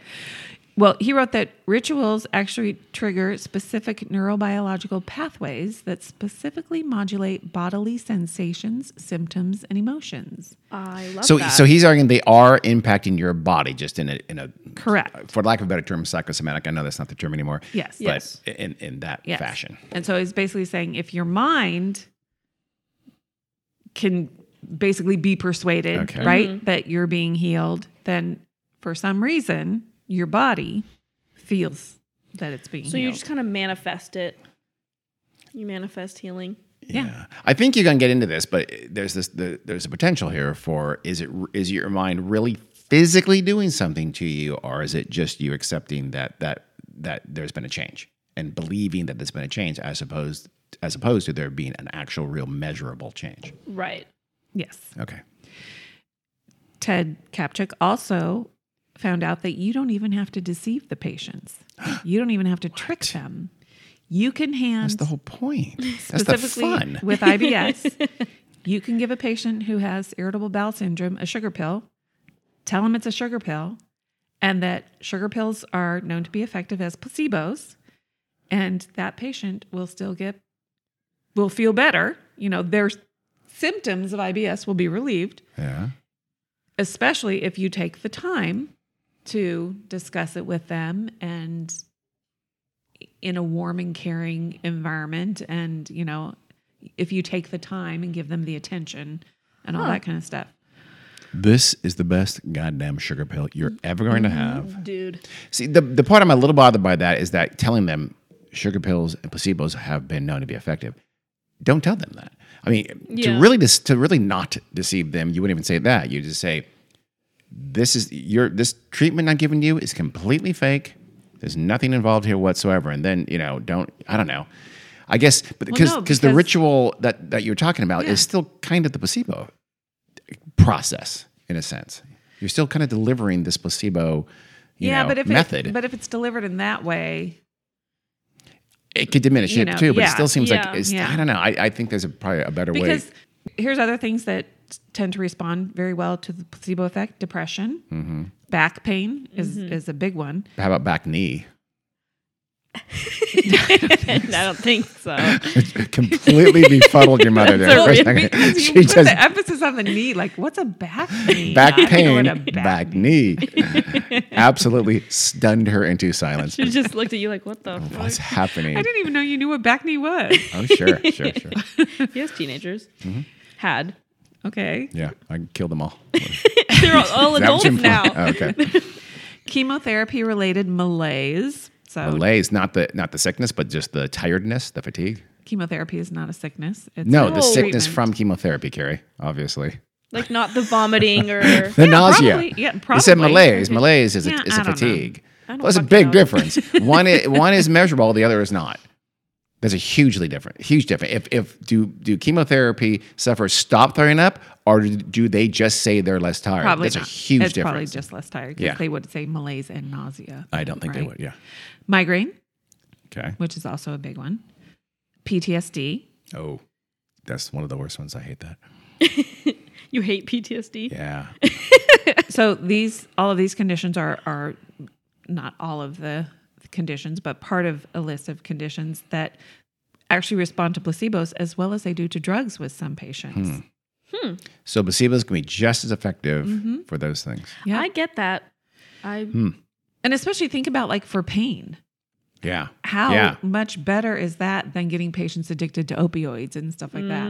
[SPEAKER 2] Well, he wrote that rituals actually trigger specific neurobiological pathways that specifically modulate bodily sensations, symptoms, and emotions.
[SPEAKER 3] I love
[SPEAKER 1] So
[SPEAKER 3] that.
[SPEAKER 1] so he's arguing they are impacting your body just in a in a
[SPEAKER 2] Correct.
[SPEAKER 1] for lack of a better term, psychosomatic. I know that's not the term anymore.
[SPEAKER 2] Yes.
[SPEAKER 1] But
[SPEAKER 3] Yes.
[SPEAKER 1] in, in that
[SPEAKER 2] Yes.
[SPEAKER 1] fashion.
[SPEAKER 2] And so he's basically saying if your mind can basically be persuaded,
[SPEAKER 1] Okay.
[SPEAKER 2] right,
[SPEAKER 3] Mm-hmm.
[SPEAKER 2] that you're being healed, then for some reason your body feels that it's being
[SPEAKER 3] so you
[SPEAKER 2] healed.
[SPEAKER 3] just kind of manifest it. You manifest healing.
[SPEAKER 2] Yeah.
[SPEAKER 1] I think you're going to get into this, but eh, there's this the, there's a potential here for is it is your mind really physically doing something to you or is it just you accepting that that that there's been a change and believing that there's been a change as opposed as opposed to there being an actual real measurable change.
[SPEAKER 3] Right.
[SPEAKER 2] yes.
[SPEAKER 1] Okay.
[SPEAKER 2] Ted Kapchuk also found out that you don't even have to deceive
[SPEAKER 1] [GASPS]
[SPEAKER 2] the patients. You don't even have to trick them. You can hand
[SPEAKER 1] That's the whole [LAUGHS] point. That's the
[SPEAKER 2] specifically
[SPEAKER 1] fun.
[SPEAKER 2] with
[SPEAKER 1] [LAUGHS]
[SPEAKER 2] IBS, you can give a patient who has irritable bowel syndrome a sugar pill, tell them it's a sugar pill, and that sugar pills are known to be effective as placebos, and that patient will still get will feel better. You know, their symptoms of IBS will be relieved
[SPEAKER 1] Yeah.
[SPEAKER 2] especially if you take the time to discuss it with them and in a warm and caring environment and you know if you take the time and give them the attention and all that kind of stuff
[SPEAKER 1] This is the best goddamn sugar pill you're ever going to have.
[SPEAKER 3] Dude. [LAUGHS]
[SPEAKER 1] See, the, the part I'm a little bothered by that is that telling them sugar pills and placebos have been known to be effective. Don't tell them that. I mean, to
[SPEAKER 3] Yeah.
[SPEAKER 1] really dis- to really not deceive them, you wouldn't even say that. You just say, "This is your this treatment I'm giving you is completely fake. There's nothing involved here whatsoever." And then you know, don't I don't know. I guess but
[SPEAKER 2] Well,
[SPEAKER 1] because
[SPEAKER 2] no,
[SPEAKER 1] because the
[SPEAKER 2] because-
[SPEAKER 1] ritual that that you're talking about
[SPEAKER 2] Yeah.
[SPEAKER 1] is still kind of the placebo process in a sense. You're still kind of delivering this placebo. You know,
[SPEAKER 2] but if
[SPEAKER 1] method
[SPEAKER 2] It, but if it's delivered in that way
[SPEAKER 1] it could diminish
[SPEAKER 2] You
[SPEAKER 1] it
[SPEAKER 2] know,
[SPEAKER 1] too, but
[SPEAKER 2] yeah,
[SPEAKER 1] it still seems
[SPEAKER 3] yeah,
[SPEAKER 1] like it's,
[SPEAKER 2] yeah.
[SPEAKER 1] I don't know. I, I think there's a, probably a better
[SPEAKER 2] because
[SPEAKER 1] way.
[SPEAKER 2] here's other things that tend to respond very well to the placebo effect depression
[SPEAKER 1] Mm-hmm.
[SPEAKER 2] back pain is is a big one
[SPEAKER 1] How about back
[SPEAKER 2] [LAUGHS]
[SPEAKER 1] knee?
[SPEAKER 3] I don't think so.
[SPEAKER 1] Completely befuddled your mother there. for a
[SPEAKER 3] That's
[SPEAKER 2] Well,
[SPEAKER 1] second. [LAUGHS]
[SPEAKER 2] because
[SPEAKER 1] [LAUGHS]
[SPEAKER 2] you
[SPEAKER 1] she
[SPEAKER 2] put
[SPEAKER 1] just
[SPEAKER 2] the emphasis on the knee. Like, what's a back knee?
[SPEAKER 1] back
[SPEAKER 2] I don't know
[SPEAKER 1] pain,
[SPEAKER 2] what a
[SPEAKER 1] back, knee.
[SPEAKER 2] [LAUGHS]
[SPEAKER 1] Absolutely stunned her into silence.
[SPEAKER 3] She just looked at you like, what
[SPEAKER 1] Oh,
[SPEAKER 3] the fuck?
[SPEAKER 1] What's happening?
[SPEAKER 2] I didn't even know you knew what back knee [LAUGHS] was.
[SPEAKER 1] Oh, sure, sure, sure.
[SPEAKER 3] Yes, teenagers.
[SPEAKER 1] Mm-hmm.
[SPEAKER 3] Had.
[SPEAKER 1] [LAUGHS]
[SPEAKER 2] Okay.
[SPEAKER 1] Yeah, I killed them
[SPEAKER 2] [LAUGHS]
[SPEAKER 1] all.
[SPEAKER 3] They're all,
[SPEAKER 1] That
[SPEAKER 3] all
[SPEAKER 1] was
[SPEAKER 3] adults
[SPEAKER 1] Jim Fly-
[SPEAKER 3] now.
[SPEAKER 1] Oh, okay.
[SPEAKER 2] Chemotherapy related malaise. So
[SPEAKER 1] Malaise, not the not the sickness, but just the tiredness, the fatigue.
[SPEAKER 2] chemotherapy is not a sickness. It's
[SPEAKER 1] No,
[SPEAKER 2] a
[SPEAKER 1] the sickness
[SPEAKER 2] treatment.
[SPEAKER 1] from chemotherapy, Carrie. Obviously,
[SPEAKER 3] Like not the
[SPEAKER 1] [LAUGHS]
[SPEAKER 3] vomiting or
[SPEAKER 1] the nausea.
[SPEAKER 2] probably- yeah,
[SPEAKER 1] You said
[SPEAKER 2] probably.
[SPEAKER 1] malaise. Malaise is a,
[SPEAKER 2] Yeah,
[SPEAKER 1] is
[SPEAKER 2] I
[SPEAKER 1] a
[SPEAKER 2] don't know.
[SPEAKER 1] fatigue.
[SPEAKER 3] I don't
[SPEAKER 1] Well, it's a
[SPEAKER 3] fucking
[SPEAKER 1] big
[SPEAKER 2] [LAUGHS]
[SPEAKER 3] know.
[SPEAKER 1] difference. one is, one is measurable, the other is not. There's a hugely different, huge difference. If if do do chemotherapy sufferers stop throwing up, or do they just say they're less tired?
[SPEAKER 2] Probably
[SPEAKER 1] That's
[SPEAKER 2] not.
[SPEAKER 1] a huge
[SPEAKER 2] it's probably
[SPEAKER 1] difference.
[SPEAKER 2] just less tired. 'cause
[SPEAKER 1] Yeah.
[SPEAKER 2] They would say malaise and nausea.
[SPEAKER 1] I don't think they
[SPEAKER 2] right?
[SPEAKER 1] would. Yeah.
[SPEAKER 2] Migraine,
[SPEAKER 1] Okay.
[SPEAKER 2] which is also a big one. PTSD.
[SPEAKER 1] Oh, that's one of the worst ones. I hate that.
[SPEAKER 3] you hate PTSD.
[SPEAKER 1] Yeah.
[SPEAKER 2] so these all of these conditions are are not all of the conditions but part of a list of conditions that actually respond to placebos as well as they do to drugs with some patients
[SPEAKER 1] [LAUGHS] Hmm. so placebos can be just as effective
[SPEAKER 2] Mm-hmm.
[SPEAKER 1] for those things.
[SPEAKER 2] Yeah.
[SPEAKER 3] I get that. I
[SPEAKER 1] Hmm.
[SPEAKER 2] and especially think about like for pain
[SPEAKER 1] Yeah.
[SPEAKER 2] how
[SPEAKER 1] Yeah.
[SPEAKER 2] much better is that than getting patients addicted to opioids and stuff like that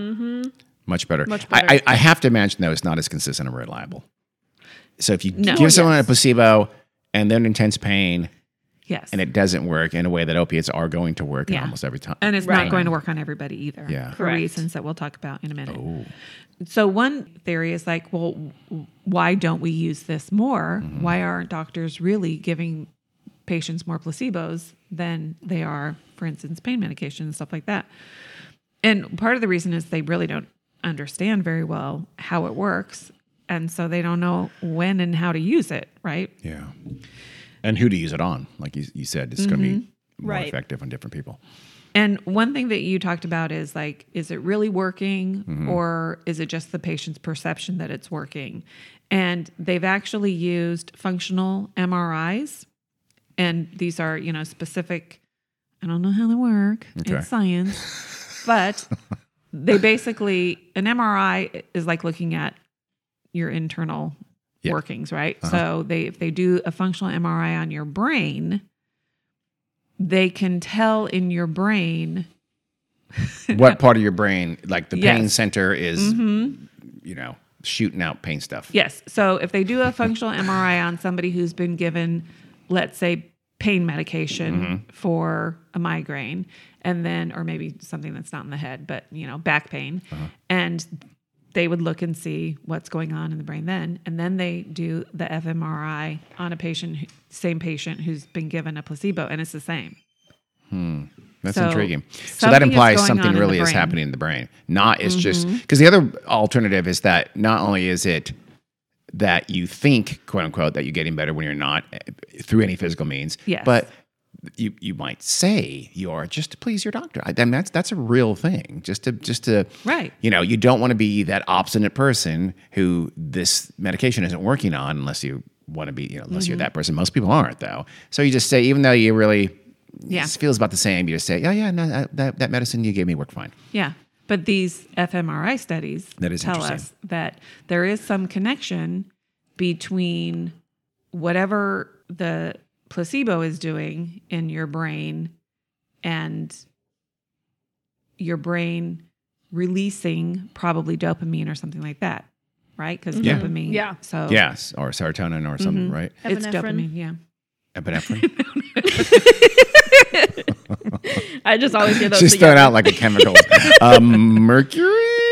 [SPEAKER 1] Much better.
[SPEAKER 3] Much
[SPEAKER 1] I, I,
[SPEAKER 3] better.
[SPEAKER 1] I have to imagine though it's not as consistent and reliable. So if you
[SPEAKER 2] No.
[SPEAKER 1] give someone a
[SPEAKER 3] Yes.
[SPEAKER 1] placebo and they're in intense pain,
[SPEAKER 2] Yes.
[SPEAKER 1] and it doesn't work in a way that opiates are going to work in
[SPEAKER 2] Yeah.
[SPEAKER 1] almost every time.
[SPEAKER 2] And it's
[SPEAKER 3] Right.
[SPEAKER 2] not going to work on everybody either.
[SPEAKER 1] Yeah.
[SPEAKER 2] For
[SPEAKER 3] Correct. Oh.
[SPEAKER 2] reasons that we'll talk about in a minute. So, one theory is like, well, w- why don't we use this more?
[SPEAKER 3] Mm-hmm.
[SPEAKER 2] Why aren't doctors really giving patients more placebos than they are, for instance, pain medication and stuff like that? And part of the reason is they really don't understand very well how it works. And so they don't know when and how to use it, right?
[SPEAKER 1] yeah, and who to use it on? Like you, you said, it's going to be
[SPEAKER 2] Mm-hmm.
[SPEAKER 1] more
[SPEAKER 3] Right.
[SPEAKER 1] effective on different people.
[SPEAKER 2] And one thing that you talked about is like, is it really working or is it just the patient's perception that it's working? And they've actually used functional MRIs. And these are, you know, specific, I don't know how they work,
[SPEAKER 1] Okay.
[SPEAKER 2] it's science, but they basically, an MRI is like looking at your internal
[SPEAKER 1] Yeah.
[SPEAKER 2] workings, right? So they, if they do a functional MRI on your brain, they can tell in your brain
[SPEAKER 1] What part of your brain, like the pain
[SPEAKER 2] Yes. Mm-hmm.
[SPEAKER 1] center, is you know shooting out pain stuff?
[SPEAKER 2] Yes. So if they do a functional MRI on somebody who's been given, let's say, pain medication for a migraine, and then, or maybe something that's not in the head, but, you know, back pain, and they would look and see what's going on in the brain then. And then they do the fMRI on a patient, who- same patient who's been given a placebo, and it's the same.
[SPEAKER 1] That's
[SPEAKER 2] So,
[SPEAKER 1] intriguing. So
[SPEAKER 2] something
[SPEAKER 1] that
[SPEAKER 2] is
[SPEAKER 1] implies
[SPEAKER 2] going on
[SPEAKER 1] something
[SPEAKER 2] in the
[SPEAKER 1] really is
[SPEAKER 2] brain. Mm-hmm.
[SPEAKER 1] happening in the brain. Not it's just because the other alternative is that not only is it that you think, quote unquote, that you're getting better when you're not eh, through any physical means,
[SPEAKER 2] Yes.
[SPEAKER 1] but you you might say you are just to please your doctor. I, I mean, that's that's a real thing. Just to just to
[SPEAKER 2] Right.
[SPEAKER 1] You know, you don't want to be that obstinate person who this medication isn't working on unless you want to be, you know, unless
[SPEAKER 2] Mm-hmm.
[SPEAKER 1] you're that person. Most people aren't though. So you just say, even though you really
[SPEAKER 2] Yeah.
[SPEAKER 1] it feels about the same. You just say, yeah, yeah, no, that, that, that medicine you gave me worked fine.
[SPEAKER 2] Yeah. But these fMRI studies
[SPEAKER 1] That is
[SPEAKER 2] tell
[SPEAKER 1] interesting.
[SPEAKER 2] us that there is some connection between whatever the placebo is doing in your brain and your brain releasing probably dopamine or something like that, right? Because
[SPEAKER 1] Yeah.
[SPEAKER 2] dopamine.
[SPEAKER 3] Yeah.
[SPEAKER 2] So
[SPEAKER 1] Yes, or serotonin or something, right?
[SPEAKER 2] it's
[SPEAKER 3] Epinephrine.
[SPEAKER 2] dopamine. Yeah.
[SPEAKER 1] Epinephrine.
[SPEAKER 3] [LAUGHS] I just always hear those.
[SPEAKER 1] She's
[SPEAKER 3] together.
[SPEAKER 1] thrown out like a chemical. um, mercury?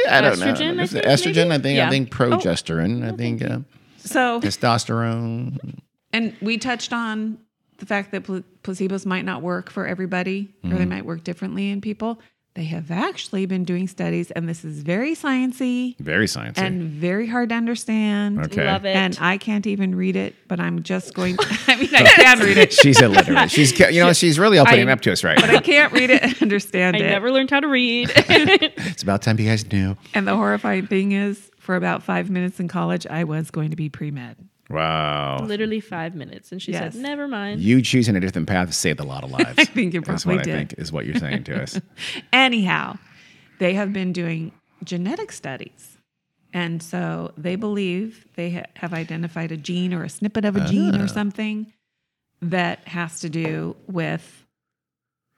[SPEAKER 1] I don't
[SPEAKER 3] Estrogen,
[SPEAKER 1] know.
[SPEAKER 3] I
[SPEAKER 1] Is it
[SPEAKER 3] think,
[SPEAKER 1] estrogen,
[SPEAKER 3] maybe?
[SPEAKER 1] I think.
[SPEAKER 3] Yeah.
[SPEAKER 1] I think progesterone. I think uh,
[SPEAKER 2] So,
[SPEAKER 1] testosterone.
[SPEAKER 2] and we touched on the fact that pl- placebos might not work for everybody or they might work differently in people they have actually been doing studies and this is very sciencey
[SPEAKER 1] Very sciencey.
[SPEAKER 2] and very hard to understand
[SPEAKER 1] Okay.
[SPEAKER 3] Love it.
[SPEAKER 2] and i can't even read it but i'm just going [LAUGHS] i mean i can read it
[SPEAKER 1] [LAUGHS] she's illiterate. She's ca- you know she's really opening
[SPEAKER 2] I-
[SPEAKER 1] up to us right
[SPEAKER 2] but i
[SPEAKER 1] now.
[SPEAKER 2] can't read it and understand
[SPEAKER 3] I
[SPEAKER 2] it
[SPEAKER 3] never learned how
[SPEAKER 1] [LAUGHS]
[SPEAKER 3] to read.
[SPEAKER 1] It's about time you guys knew.
[SPEAKER 2] and the horrifying thing is for about five minutes in college i was going to be pre-med
[SPEAKER 1] Wow.
[SPEAKER 3] Literally five minutes, and she
[SPEAKER 2] Yes.
[SPEAKER 3] said, "Never mind."
[SPEAKER 1] You choosing a different path saved a lot of lives. I
[SPEAKER 2] think it
[SPEAKER 1] is
[SPEAKER 2] probably
[SPEAKER 1] what I
[SPEAKER 2] did.
[SPEAKER 1] think is what you're saying to us.
[SPEAKER 2] Anyhow, they have been doing genetic studies. And so they believe they ha- have identified a gene or a snippet of a gene
[SPEAKER 1] Ah.
[SPEAKER 2] or something that has to do with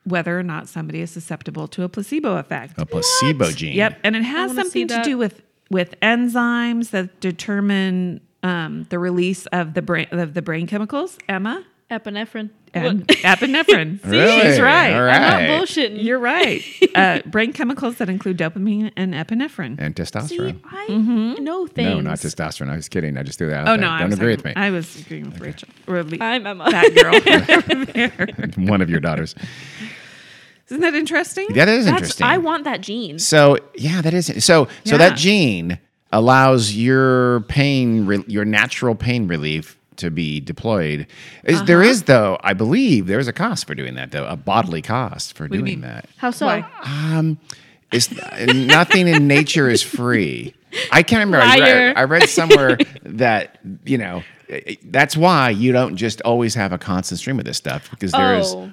[SPEAKER 2] whether or not somebody is susceptible to a placebo effect.
[SPEAKER 1] A placebo gene.
[SPEAKER 2] Yep, and it has
[SPEAKER 3] wanna see
[SPEAKER 2] something to
[SPEAKER 3] that.
[SPEAKER 2] do with with enzymes that determine um, the release of the brain of the brain chemicals. Emma
[SPEAKER 3] Epinephrine.
[SPEAKER 2] and
[SPEAKER 3] Look,
[SPEAKER 2] epinephrine.
[SPEAKER 1] [LAUGHS]
[SPEAKER 2] See,
[SPEAKER 1] Really?
[SPEAKER 2] she's right.
[SPEAKER 1] All
[SPEAKER 3] I'm not
[SPEAKER 1] Right.
[SPEAKER 3] bullshitting.
[SPEAKER 2] You're [LAUGHS] right. Uh, brain chemicals that include dopamine and epinephrine.
[SPEAKER 1] And testosterone.
[SPEAKER 3] See, I
[SPEAKER 2] Mm-hmm.
[SPEAKER 3] know things.
[SPEAKER 1] No, not testosterone. I was kidding. I just threw that out.
[SPEAKER 2] oh
[SPEAKER 1] there.
[SPEAKER 2] no, I
[SPEAKER 1] don't
[SPEAKER 2] was
[SPEAKER 1] agree
[SPEAKER 2] talking-
[SPEAKER 1] with me.
[SPEAKER 2] I was agreeing with Rachel. Or at least
[SPEAKER 3] I'm Emma.
[SPEAKER 2] [LAUGHS] that
[SPEAKER 1] [LAUGHS]
[SPEAKER 2] girl over there.
[SPEAKER 1] One of your daughters.
[SPEAKER 2] Isn't that interesting?
[SPEAKER 1] That is
[SPEAKER 3] That's,
[SPEAKER 1] interesting.
[SPEAKER 3] I want that gene.
[SPEAKER 1] so yeah, that is so. So
[SPEAKER 2] Yeah.
[SPEAKER 1] that gene allows your pain, re- your natural pain relief, to be deployed. Is, There
[SPEAKER 2] Uh-huh.
[SPEAKER 1] is though, I believe, there is a cost for doing that though, a bodily cost for doing
[SPEAKER 2] mean?
[SPEAKER 1] that.
[SPEAKER 3] How so?
[SPEAKER 2] Why?
[SPEAKER 1] Um, it's nothing in nature is free. I can't remember. I
[SPEAKER 3] Liar.
[SPEAKER 1] read, I read
[SPEAKER 2] [LAUGHS]
[SPEAKER 1] somewhere that you know that's why you don't just always have a constant stream of this stuff because there is.
[SPEAKER 3] oh,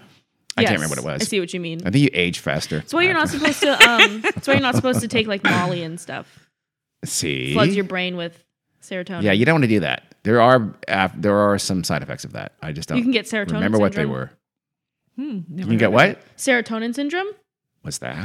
[SPEAKER 1] I
[SPEAKER 3] yes.
[SPEAKER 1] can't remember what it was.
[SPEAKER 3] I see what you mean.
[SPEAKER 1] I think you age faster.
[SPEAKER 3] That's why you're not supposed to. Um, that's why you're not supposed to take like Molly and stuff.
[SPEAKER 1] [LAUGHS] see.
[SPEAKER 3] Floods your brain with serotonin.
[SPEAKER 1] yeah, you don't want to do that. There are uh, there are some side effects of that. I just don't.
[SPEAKER 3] You can get serotonin
[SPEAKER 1] Remember what they
[SPEAKER 3] syndrome.
[SPEAKER 1] were.
[SPEAKER 2] Hmm,
[SPEAKER 1] You
[SPEAKER 2] never
[SPEAKER 1] can get
[SPEAKER 2] heard of
[SPEAKER 1] what?
[SPEAKER 3] Serotonin syndrome.
[SPEAKER 1] What's that?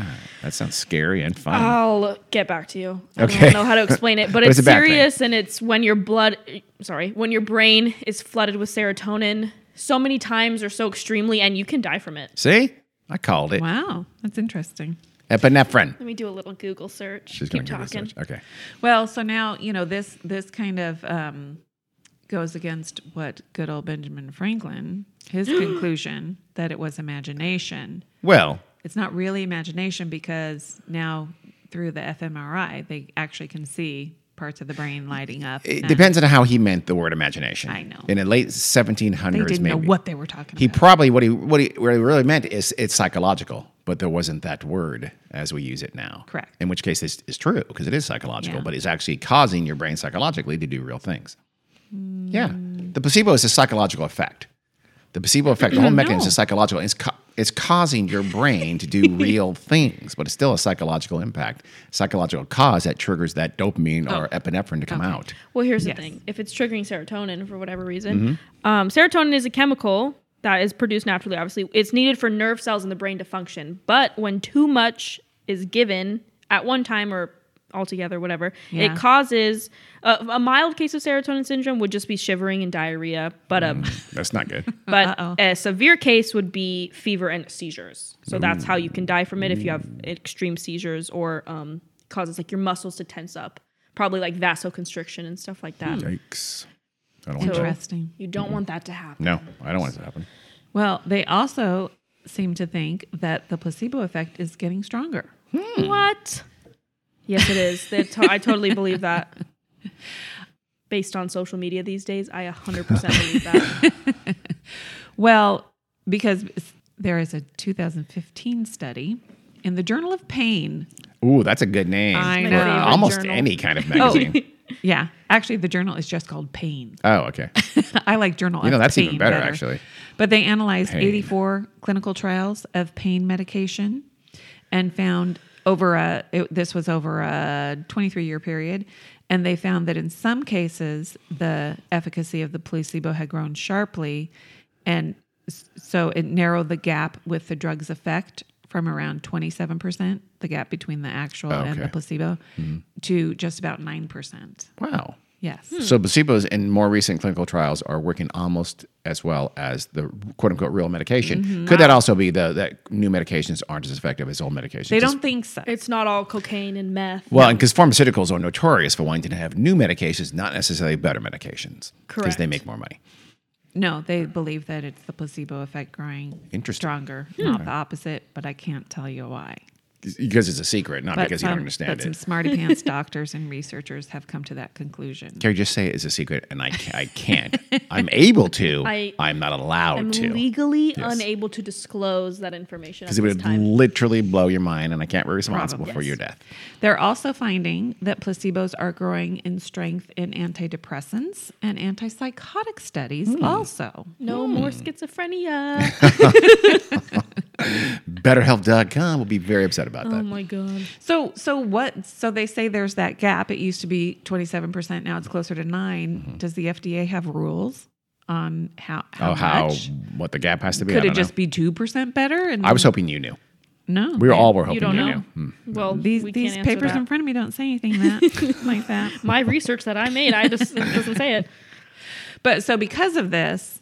[SPEAKER 1] That sounds scary and fun.
[SPEAKER 3] I'll get back to you. I
[SPEAKER 1] Um, Okay.
[SPEAKER 3] don't know how to explain it,
[SPEAKER 1] [LAUGHS]
[SPEAKER 3] but
[SPEAKER 1] But it's
[SPEAKER 3] it's,
[SPEAKER 1] a bad thing.
[SPEAKER 3] serious and it's when your blood sorry, when your brain is flooded with serotonin, so many times or so extremely, and you can die from it.
[SPEAKER 1] See, I called it Uh,
[SPEAKER 2] Wow, that's interesting.
[SPEAKER 1] epinephrine.
[SPEAKER 3] Let me do a little Google search.
[SPEAKER 1] She's going
[SPEAKER 3] Keep
[SPEAKER 1] to give us
[SPEAKER 3] talking.
[SPEAKER 1] such. Okay.
[SPEAKER 2] Well, so now you know this. This kind of um, goes against what good old Benjamin Franklin, [GASPS] his conclusion that it was imagination.
[SPEAKER 1] Well,
[SPEAKER 2] It's not really imagination because now through the fMRI they actually can see parts of the brain lighting up.
[SPEAKER 1] it
[SPEAKER 2] and
[SPEAKER 1] depends on how he meant the word imagination.
[SPEAKER 2] I know.
[SPEAKER 1] In the late
[SPEAKER 2] They
[SPEAKER 1] 1700s,
[SPEAKER 2] didn't
[SPEAKER 1] maybe
[SPEAKER 2] know what they were talking
[SPEAKER 1] he
[SPEAKER 2] about.
[SPEAKER 1] probably what he what he, what he really meant is it's psychological, but there wasn't that word as we use it now.
[SPEAKER 2] Correct.
[SPEAKER 1] In which case, this is true because it is psychological,
[SPEAKER 2] Yeah.
[SPEAKER 1] but it's actually causing your brain psychologically to do real things.
[SPEAKER 2] Mm.
[SPEAKER 1] Yeah, the placebo is a psychological effect. The placebo effect,
[SPEAKER 2] [CLEARS THROAT]
[SPEAKER 1] the whole mechanism is psychological. It's ca- it's causing your brain to
[SPEAKER 2] [LAUGHS]
[SPEAKER 1] do real things, but it's still a psychological impact, psychological cause that triggers that dopamine or
[SPEAKER 2] Oh.
[SPEAKER 1] epinephrine to come out.
[SPEAKER 3] Well, here's
[SPEAKER 2] Yes.
[SPEAKER 3] the thing: if it's triggering serotonin for whatever reason, um, serotonin is a chemical that is produced naturally. Obviously, it's needed for nerve cells in the brain to function. But when too much is given at one time or altogether, whatever,
[SPEAKER 2] Yeah.
[SPEAKER 3] it causes uh, a mild case of serotonin syndrome would just be shivering and diarrhea. But a
[SPEAKER 2] Mm.
[SPEAKER 1] That's not
[SPEAKER 2] [CLEARS THROAT]
[SPEAKER 1] good.
[SPEAKER 3] but a severe case would be fever and seizures. So that's how you can die from it if you have extreme seizures or um, causes like your muscles to tense up, probably like vasoconstriction and stuff like that.
[SPEAKER 1] Yikes! I don't want that.
[SPEAKER 2] Interesting.
[SPEAKER 3] You don't want that to happen.
[SPEAKER 1] No, I don't want it to happen.
[SPEAKER 2] Well, they also seem to think that the placebo effect is getting stronger.
[SPEAKER 3] Hmm. What? Yes, it is. They to- I totally believe [LAUGHS] that. Based on social media these days, I 100% believe [LAUGHS] that.
[SPEAKER 2] Well, because there is a 2015 study in the Journal of Pain.
[SPEAKER 1] Ooh, that's a good name.
[SPEAKER 2] I know.
[SPEAKER 3] My favorite
[SPEAKER 1] Almost
[SPEAKER 3] journal.
[SPEAKER 1] any kind
[SPEAKER 2] [LAUGHS]
[SPEAKER 1] of
[SPEAKER 3] Oh.
[SPEAKER 1] magazine.
[SPEAKER 2] Oh, Yeah. Actually, the journal is just called Pain.
[SPEAKER 1] Oh, okay.
[SPEAKER 2] [LAUGHS] I like Journal
[SPEAKER 1] You know,
[SPEAKER 2] of
[SPEAKER 1] that's
[SPEAKER 2] Pain.
[SPEAKER 1] even better, actually.
[SPEAKER 2] But they analyzed
[SPEAKER 1] Pain.
[SPEAKER 2] 84 clinical trials of pain medication and found over a, it, this was over a 23 year period. And they found that in some cases, the efficacy of the placebo had grown sharply. And s- so it narrowed the gap with the drug's effect from around 27%, the gap between the actual and
[SPEAKER 1] Oh, Okay. Mm-hmm.
[SPEAKER 2] the placebo, to just about 9%.
[SPEAKER 1] Wow.
[SPEAKER 2] Yes.
[SPEAKER 1] So placebos in more recent clinical trials are working almost as well as the quote unquote real medication.
[SPEAKER 2] Mm-hmm.
[SPEAKER 1] Could that also be the that new medications aren't as effective as old medications?
[SPEAKER 2] They
[SPEAKER 1] Just-
[SPEAKER 2] don't think so.
[SPEAKER 3] It's not all cocaine and meth.
[SPEAKER 1] well, and because pharmaceuticals are notorious for wanting to have new medications, not necessarily better medications, because they
[SPEAKER 3] Correct.
[SPEAKER 1] make more money.
[SPEAKER 2] No, they believe that it's the placebo effect growing
[SPEAKER 1] Interesting.
[SPEAKER 2] stronger,
[SPEAKER 1] Hmm.
[SPEAKER 2] not the opposite, but I can't tell you why.
[SPEAKER 1] Because it's a secret, not
[SPEAKER 2] But
[SPEAKER 1] because you
[SPEAKER 2] some-
[SPEAKER 1] don't understand
[SPEAKER 2] but some
[SPEAKER 1] it. [LAUGHS]
[SPEAKER 2] smarty pants doctors and researchers have come to that conclusion.
[SPEAKER 1] Carrie, just say it's a secret, and I, ca- I
[SPEAKER 2] [LAUGHS]
[SPEAKER 1] can't. I'm able to.
[SPEAKER 3] I-
[SPEAKER 1] I, am not allowed
[SPEAKER 3] I'm
[SPEAKER 1] to.
[SPEAKER 3] legally unable to disclose that information at
[SPEAKER 1] because it
[SPEAKER 3] this
[SPEAKER 1] would
[SPEAKER 3] time.
[SPEAKER 1] literally blow your mind, and I can't be responsible
[SPEAKER 2] Probably.
[SPEAKER 1] for
[SPEAKER 3] Yes.
[SPEAKER 1] your death.
[SPEAKER 2] They're also finding that placebos are growing in strength in antidepressants and antipsychotic studies
[SPEAKER 1] Hmm.
[SPEAKER 2] also.
[SPEAKER 3] no more schizophrenia.
[SPEAKER 1] [LAUGHS] BetterHelp.com will be very upset about
[SPEAKER 3] Oh
[SPEAKER 1] that.
[SPEAKER 3] my god.
[SPEAKER 2] So so what so they say there's that gap. It used to be 27%, now it's closer to 9. Does the FDA have rules on how
[SPEAKER 1] Mm-hmm.
[SPEAKER 2] how,
[SPEAKER 1] oh, how
[SPEAKER 2] much?
[SPEAKER 1] what the gap has to be? I
[SPEAKER 2] Could
[SPEAKER 1] don't
[SPEAKER 2] it just
[SPEAKER 1] know.
[SPEAKER 2] be 2% better and
[SPEAKER 1] I was hoping you knew.
[SPEAKER 2] No.
[SPEAKER 1] We were all were hoping
[SPEAKER 3] You
[SPEAKER 1] you,
[SPEAKER 3] don't
[SPEAKER 1] knew. Mm.
[SPEAKER 3] know. Well,
[SPEAKER 2] these
[SPEAKER 3] we
[SPEAKER 2] these
[SPEAKER 3] can't answer
[SPEAKER 2] papers
[SPEAKER 3] that.
[SPEAKER 2] in front of me don't say anything that like that.
[SPEAKER 3] [LAUGHS] my research that I made, I just it doesn't say it.
[SPEAKER 2] But so because of this,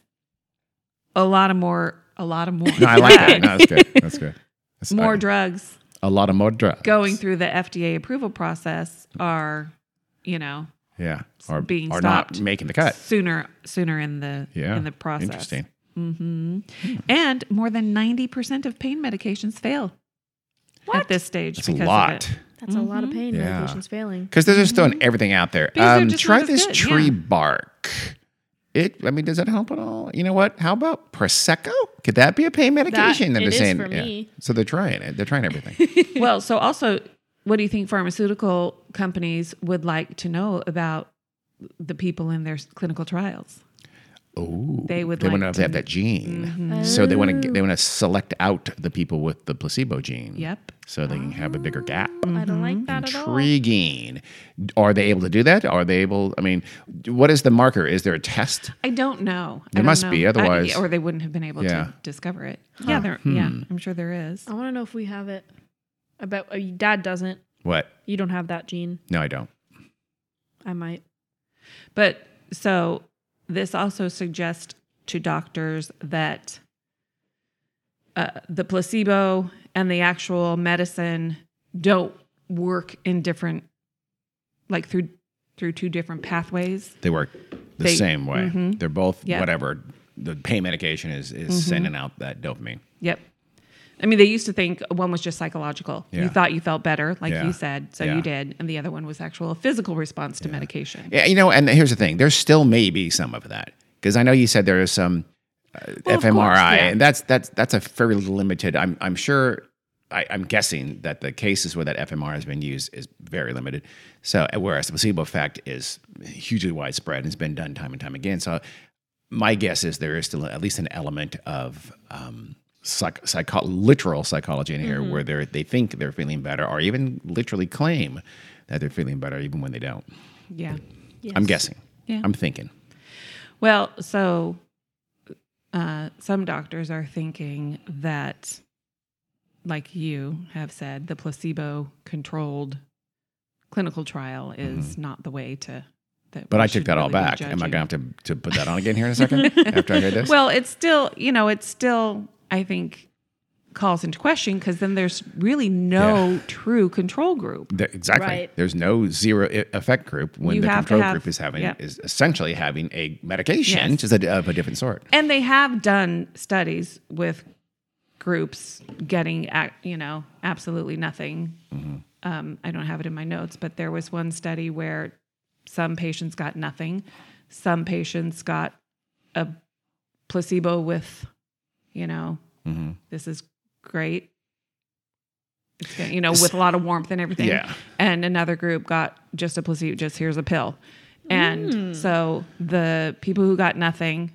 [SPEAKER 2] a lot of more a lot of more
[SPEAKER 1] No, I like that. No, that's good. That's good. That's
[SPEAKER 2] more
[SPEAKER 1] I-
[SPEAKER 2] drugs
[SPEAKER 1] a lot of more drugs
[SPEAKER 2] going through the FDA approval process are, you know,
[SPEAKER 1] Yeah, or
[SPEAKER 2] being
[SPEAKER 1] or
[SPEAKER 2] stopped.
[SPEAKER 1] not making the cut.
[SPEAKER 2] sooner sooner in the
[SPEAKER 1] Yeah,
[SPEAKER 2] in the process. Mm-hmm.
[SPEAKER 1] Interesting. Hmm.
[SPEAKER 2] And more than 90% of pain medications fail. At this stage
[SPEAKER 1] That's a
[SPEAKER 2] because of
[SPEAKER 1] lot.
[SPEAKER 2] it.
[SPEAKER 3] That's a lot of pain.
[SPEAKER 1] Yeah.
[SPEAKER 3] Medication's failing.
[SPEAKER 1] Because they're just throwing everything out there.
[SPEAKER 2] Because they're
[SPEAKER 1] um,
[SPEAKER 2] just
[SPEAKER 1] try
[SPEAKER 2] not as
[SPEAKER 1] this
[SPEAKER 2] good, yeah.
[SPEAKER 1] tree bark. It. I mean, does that help at all? You know what? How about prosecco? Could that be a pain medication?
[SPEAKER 3] it
[SPEAKER 1] they're
[SPEAKER 3] is
[SPEAKER 1] saying.
[SPEAKER 3] for me.
[SPEAKER 1] So they're trying it. They're trying everything.
[SPEAKER 2] Well, so also, what do you think pharmaceutical companies would like to know about the people in their s- clinical trials?
[SPEAKER 1] Oh,
[SPEAKER 2] They would
[SPEAKER 1] They
[SPEAKER 2] like
[SPEAKER 1] want to know if they have that gene.
[SPEAKER 3] Mm-hmm.
[SPEAKER 1] So they want to they want to select out the people with the placebo gene.
[SPEAKER 2] Yep.
[SPEAKER 1] So they can have a bigger gap.
[SPEAKER 3] I don't like that at all.
[SPEAKER 1] Intriguing. Are they able to do that? Are they able? I mean, what is the marker? Is there a test?
[SPEAKER 2] I don't know. I
[SPEAKER 1] There
[SPEAKER 2] don't
[SPEAKER 1] must
[SPEAKER 2] know.
[SPEAKER 1] be,
[SPEAKER 2] I-
[SPEAKER 1] otherwise-
[SPEAKER 2] or they wouldn't have been able
[SPEAKER 1] Yeah. Hmm.
[SPEAKER 2] to discover it. Yeah, there. Yeah, I'm sure there is.
[SPEAKER 3] I want to know if we have it. I bet uh, your dad doesn't.
[SPEAKER 1] What?
[SPEAKER 3] You don't have that gene.
[SPEAKER 1] No, I don't.
[SPEAKER 3] I might.
[SPEAKER 2] But so this also suggests to doctors that uh, the placebo and the actual medicine don't work in different, like through through two different pathways.
[SPEAKER 1] They work the
[SPEAKER 2] They-
[SPEAKER 1] same way. They're both
[SPEAKER 2] Yeah.
[SPEAKER 1] whatever. The pain medication is is sending out that dopamine.
[SPEAKER 2] Yep. I mean, they used to think one was just psychological.
[SPEAKER 1] Yeah.
[SPEAKER 2] You thought you felt better, like
[SPEAKER 1] Yeah.
[SPEAKER 2] you said, so
[SPEAKER 1] Yeah.
[SPEAKER 2] you did, and the other one was actual physical response to medication.
[SPEAKER 1] Yeah, you know, and here's the thing: there still may be some of that because I know you said there is some uh,
[SPEAKER 2] Well, of
[SPEAKER 1] fMRI,
[SPEAKER 2] course, yeah.
[SPEAKER 1] and that's that's that's a fairly limited. I'm I'm sure. I, I'm guessing that the cases where that fMRI has been used is very limited. So, uh, whereas the placebo effect is hugely widespread and has been done time and time again. So, my guess is there is still at least an element of um, psych- psycho- literal psychology in
[SPEAKER 2] Mm-hmm.
[SPEAKER 1] here where they they think they're feeling better or even literally claim that they're feeling better even when they don't.
[SPEAKER 2] Yeah.
[SPEAKER 1] I'm
[SPEAKER 3] Yes.
[SPEAKER 1] guessing.
[SPEAKER 2] Yeah.
[SPEAKER 1] I'm thinking.
[SPEAKER 2] Well, so uh, some doctors are thinking that, like you have said, the placebo controlled clinical trial is not the way to. That
[SPEAKER 1] Mm-hmm. But
[SPEAKER 2] we
[SPEAKER 1] I took
[SPEAKER 2] should
[SPEAKER 1] that all
[SPEAKER 2] really be
[SPEAKER 1] back. Am I
[SPEAKER 2] judging.
[SPEAKER 1] going to have to to put that on again here in a
[SPEAKER 2] [LAUGHS]
[SPEAKER 1] second after I hear this?
[SPEAKER 2] Well, it's still, you know, it's still, I think, calls into question because then there's really no true control group.
[SPEAKER 1] Th- exactly.
[SPEAKER 3] Right.
[SPEAKER 1] There's no zero i- effect group when
[SPEAKER 2] You
[SPEAKER 1] the
[SPEAKER 2] have to
[SPEAKER 1] control
[SPEAKER 2] have-
[SPEAKER 1] group is having
[SPEAKER 2] yeah.
[SPEAKER 1] is essentially having a medication,
[SPEAKER 2] Yes.
[SPEAKER 1] just a, of a different sort.
[SPEAKER 2] And they have done studies with groups getting, ac- you know, absolutely nothing. Um, I don't have it in my notes, but there was one study where some patients got nothing, some patients got a placebo with, you know,
[SPEAKER 1] Mm-hmm.
[SPEAKER 2] this is great. It's good, you know, with a lot of warmth and everything.
[SPEAKER 1] Yeah.
[SPEAKER 2] And another group got just a placebo, just here's a pill. And
[SPEAKER 1] Mm.
[SPEAKER 2] so the people who got nothing